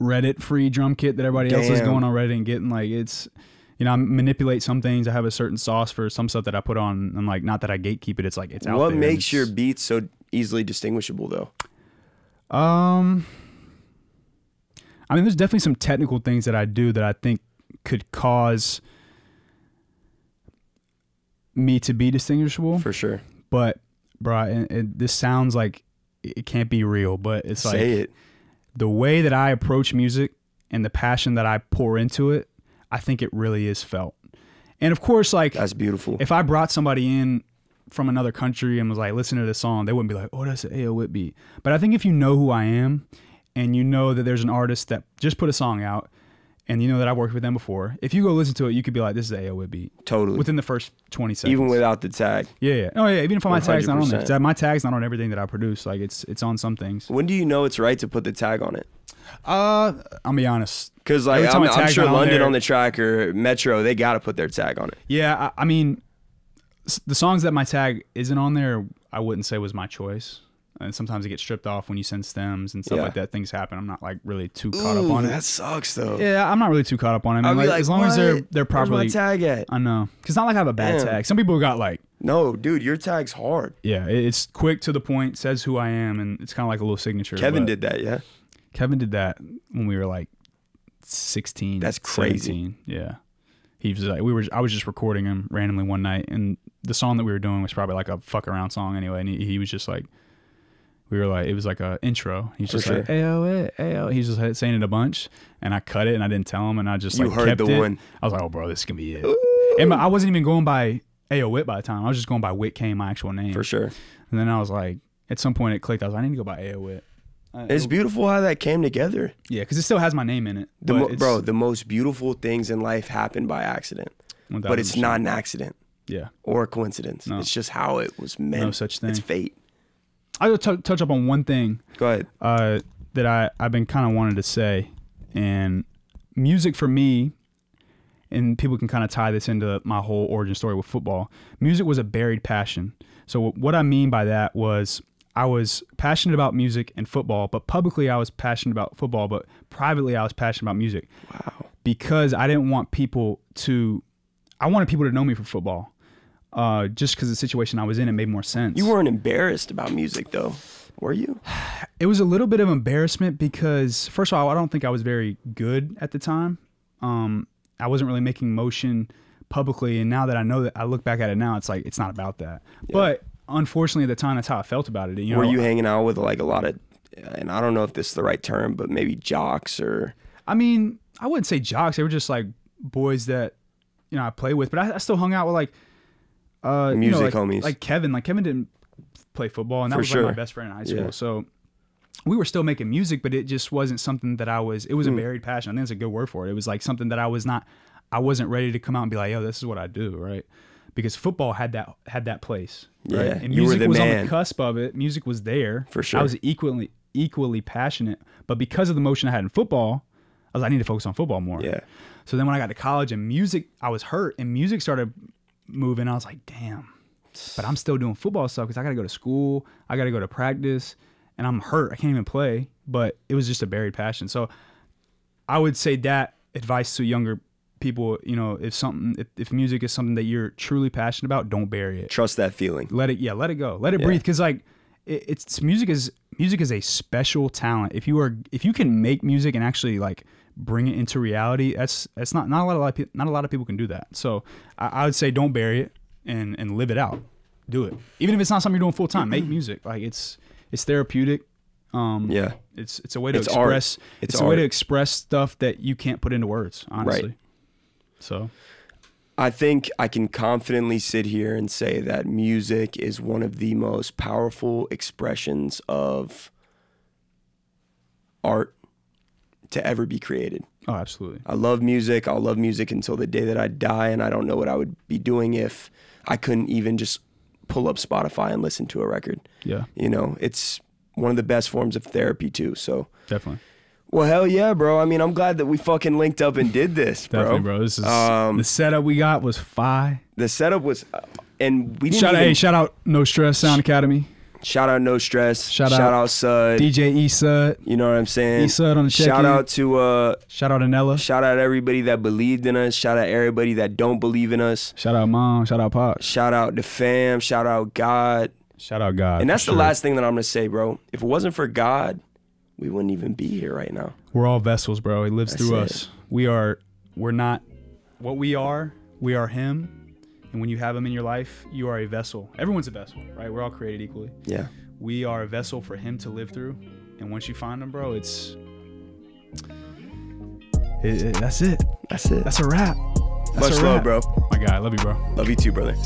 [SPEAKER 1] Reddit free drum kit that everybody else is
[SPEAKER 2] Damn.
[SPEAKER 1] going on Reddit and getting. Like it's, you know, I manipulate some things. I have a certain sauce for some stuff that I put on, and like not that I gatekeep it. It's like it's out
[SPEAKER 2] What
[SPEAKER 1] there and
[SPEAKER 2] makes your
[SPEAKER 1] it's-
[SPEAKER 2] beats so easily distinguishable, though?
[SPEAKER 1] um. I mean, there's definitely some technical things that I do that I think could cause me to be distinguishable.
[SPEAKER 2] For sure.
[SPEAKER 1] but, bro, and and this sounds like it can't be real, but it's like
[SPEAKER 2] Say it.
[SPEAKER 1] the way that I approach music and the passion that I pour into it, I think it really is felt. And of course, like
[SPEAKER 2] That's beautiful.
[SPEAKER 1] if I brought somebody in from another country and was like, listen to this song, they wouldn't be like, oh, that's an AO Whit beat. But I think if you know who I am and you know that there's an artist that just put a song out and you know that I've worked with them before, if you go listen to it, you could be like, this is an AO Whit beat
[SPEAKER 2] totally.
[SPEAKER 1] within the first 20 seconds.
[SPEAKER 2] Even without the tag.
[SPEAKER 1] yeah, yeah. Oh, yeah. Even if my tag's not on there.
[SPEAKER 2] 100%.
[SPEAKER 1] 'Cause My tag's not on everything that I produce. Like, it's it's on some things.
[SPEAKER 2] When do you know it's right to put the tag on it?
[SPEAKER 1] Uh, I'll be honest.
[SPEAKER 2] Because like
[SPEAKER 1] Every time
[SPEAKER 2] I'm,
[SPEAKER 1] a
[SPEAKER 2] I'm
[SPEAKER 1] tag's
[SPEAKER 2] sure
[SPEAKER 1] not on
[SPEAKER 2] London
[SPEAKER 1] there-
[SPEAKER 2] on the track or Metro, they got to put their tag on it.
[SPEAKER 1] Yeah, I, I mean, s- the songs that my tag isn't on there, I wouldn't say was my choice. And sometimes it gets stripped off when you send stems and stuff
[SPEAKER 2] Yeah.
[SPEAKER 1] like that. Things happen. I'm not like really too caught up on it.
[SPEAKER 2] sucks though.
[SPEAKER 1] Yeah, I'm not really too caught up on it. I mean,
[SPEAKER 2] I'd be
[SPEAKER 1] like,
[SPEAKER 2] like,
[SPEAKER 1] as long as they're
[SPEAKER 2] "What?
[SPEAKER 1] they're
[SPEAKER 2] Where's my
[SPEAKER 1] properly.
[SPEAKER 2] tag at?
[SPEAKER 1] I know, because not like I have a bad
[SPEAKER 2] Damn.
[SPEAKER 1] tag. Some people got like,
[SPEAKER 2] No, dude, your tag's hard.
[SPEAKER 1] yeah, it- it's quick to the point, says who I am, and it's kind of like a little signature.
[SPEAKER 2] Kevin
[SPEAKER 1] but
[SPEAKER 2] did that, yeah.
[SPEAKER 1] Kevin did that when we were like 16.
[SPEAKER 2] That's crazy.
[SPEAKER 1] 17. Yeah. He was like, we were, I was just recording him randomly one night, and the song that we were doing was probably like a fuck around song anyway. And he, he was just like, we were like, it was like a intro. He's
[SPEAKER 2] For
[SPEAKER 1] just like, ayo, eh, ayo. He's just saying it a bunch, and I cut it, and I didn't tell him, and I just
[SPEAKER 2] You
[SPEAKER 1] like
[SPEAKER 2] heard
[SPEAKER 1] kept
[SPEAKER 2] the
[SPEAKER 1] it.
[SPEAKER 2] one.
[SPEAKER 1] I was like, oh, bro, this is gonna be it. And my, I wasn't even going by ayo Wit by the time. I was just going by Wit Kane, my actual name.
[SPEAKER 2] For sure.
[SPEAKER 1] And then I was like, at some point it clicked. I was like, I need to go by ayo Wit. Uh,
[SPEAKER 2] It's beautiful how that came together.
[SPEAKER 1] yeah, because it still has my name in it.
[SPEAKER 2] The
[SPEAKER 1] but
[SPEAKER 2] mo-
[SPEAKER 1] it's-
[SPEAKER 2] bro, the most beautiful things in life happen by accident, but it's
[SPEAKER 1] 1000%.
[SPEAKER 2] not an accident
[SPEAKER 1] Yeah,
[SPEAKER 2] or a coincidence. It's just how it was meant.
[SPEAKER 1] No such
[SPEAKER 2] It's
[SPEAKER 1] thing.
[SPEAKER 2] fate.
[SPEAKER 1] I will tou- touch up on one thing
[SPEAKER 2] Go ahead.
[SPEAKER 1] uh, that I I've been kind of wanted to say, and music for me, and people can kind of tie this into my whole origin story with football. Music was a buried passion. So wh- what I mean by that was I was passionate about music and football, but publicly I was passionate about football, but privately I was passionate about music.
[SPEAKER 2] Wow.
[SPEAKER 1] because I didn't want people to. I wanted people to know me for football, uh, just because the situation I was in it made more sense.
[SPEAKER 2] You weren't embarrassed about music though, were you?
[SPEAKER 1] It was a little bit of embarrassment because first of all, I don't think I was very good at the time. Um, I wasn't really making motion publicly, and now that I know that, I look back at it now, it's like it's not about that. But unfortunately, at the time, that's how I felt about it. You know,
[SPEAKER 2] Were you hanging out with like a lot of, and I don't know if this is the right term, but maybe jocks or
[SPEAKER 1] I mean, I wouldn't say jocks; they were just like boys that you know I play with. But I, I still hung out with like uh, you know,
[SPEAKER 2] Music
[SPEAKER 1] like-
[SPEAKER 2] homies.
[SPEAKER 1] like Kevin. Like Kevin didn't play football, and that
[SPEAKER 2] For
[SPEAKER 1] was
[SPEAKER 2] sure.
[SPEAKER 1] like my best friend in high school.
[SPEAKER 2] Yeah.
[SPEAKER 1] So we were still making music, but it just wasn't something that I was. It was
[SPEAKER 2] Hmm.
[SPEAKER 1] a buried passion. I think that's a good word for it. It was like something that I was not. I wasn't ready to come out and be like, "Yo, this is what I do," right? Because football had that had that place, right?
[SPEAKER 2] Yeah,
[SPEAKER 1] and
[SPEAKER 2] you were
[SPEAKER 1] music
[SPEAKER 2] the
[SPEAKER 1] was on
[SPEAKER 2] man.
[SPEAKER 1] the cusp of it. Music was there
[SPEAKER 2] For sure.
[SPEAKER 1] I was equally equally passionate, but because of the motion I had in football, I was like, I need to focus on football more.
[SPEAKER 2] yeah.
[SPEAKER 1] So then when I got to college and music, I was hurt and music started moving. I was like, damn. But I'm still doing football stuff because I got to go to school. I got to go to practice and I'm hurt. I can't even play. But it was just a buried passion. So I would say that advice to younger people, you know, if something, if, if music is something that you're truly passionate about, don't bury it.
[SPEAKER 2] Trust that feeling.
[SPEAKER 1] Let it, yeah, let it go. Let it breathe. Cause like it, it's music is, music is a special talent. If you are, if you can make music and actually like bring it into reality, that's, that's not, not a lot of, lot of pe- not a lot of people can do that. So I, I would say don't bury it and, and live it out. Do it. Even if it's not something you're doing full time, make music. Like it's, it's therapeutic. Um,
[SPEAKER 2] Yeah.
[SPEAKER 1] it's it's a way to
[SPEAKER 2] It's art.
[SPEAKER 1] express
[SPEAKER 2] It's
[SPEAKER 1] it's, a way to
[SPEAKER 2] art.
[SPEAKER 1] express stuff that you can't put into words honestly so
[SPEAKER 2] I think I can confidently sit here and say that music is one of the most powerful expressions of art to ever be created.
[SPEAKER 1] oh absolutely
[SPEAKER 2] I love music. I'll love music until the day that I die, and I don't know what I would be doing if I couldn't even just pull up Spotify and listen to a record.
[SPEAKER 1] yeah
[SPEAKER 2] You know, it's one of the best forms of therapy too. So,
[SPEAKER 1] definitely
[SPEAKER 2] well, hell yeah, bro. I mean, I'm glad that we fucking linked up and did this, bro.
[SPEAKER 1] definitely bro, this is
[SPEAKER 2] Um,
[SPEAKER 1] the setup we got was fi
[SPEAKER 2] The setup was, uh, and we didn't
[SPEAKER 1] shout out
[SPEAKER 2] even-
[SPEAKER 1] hey shout out no stress sound academy
[SPEAKER 2] Shout out No Stress.
[SPEAKER 1] Shout
[SPEAKER 2] Shout
[SPEAKER 1] out
[SPEAKER 2] out Sud.
[SPEAKER 1] dj esud
[SPEAKER 2] you know what I'm saying?
[SPEAKER 1] Esud on the check-in.
[SPEAKER 2] Shout out to uh
[SPEAKER 1] shout out anella
[SPEAKER 2] shout out everybody that believed in us. Shout out everybody that don't believe in us.
[SPEAKER 1] shout out mom shout out pop
[SPEAKER 2] Shout out the fam. Shout out God.
[SPEAKER 1] shout out god
[SPEAKER 2] And
[SPEAKER 1] for
[SPEAKER 2] that's the
[SPEAKER 1] sure.
[SPEAKER 2] last thing that I'm gonna say, bro. If it wasn't for God, we wouldn't even be here right now.
[SPEAKER 1] we're all vessels bro he lives
[SPEAKER 2] That's
[SPEAKER 1] through
[SPEAKER 2] it.
[SPEAKER 1] us we are we're not what we are we are him and when you have him in your life you are a vessel everyone's a vessel right we're all created equally
[SPEAKER 2] Yeah.
[SPEAKER 1] we are a vessel for him to live through and once you find him bro it's it, it- that's it
[SPEAKER 2] That's it.
[SPEAKER 1] that's a wrap
[SPEAKER 2] Much
[SPEAKER 1] that's a
[SPEAKER 2] love,
[SPEAKER 1] wrap.
[SPEAKER 2] bro.
[SPEAKER 1] my guy I love you bro
[SPEAKER 2] Love you too, brother.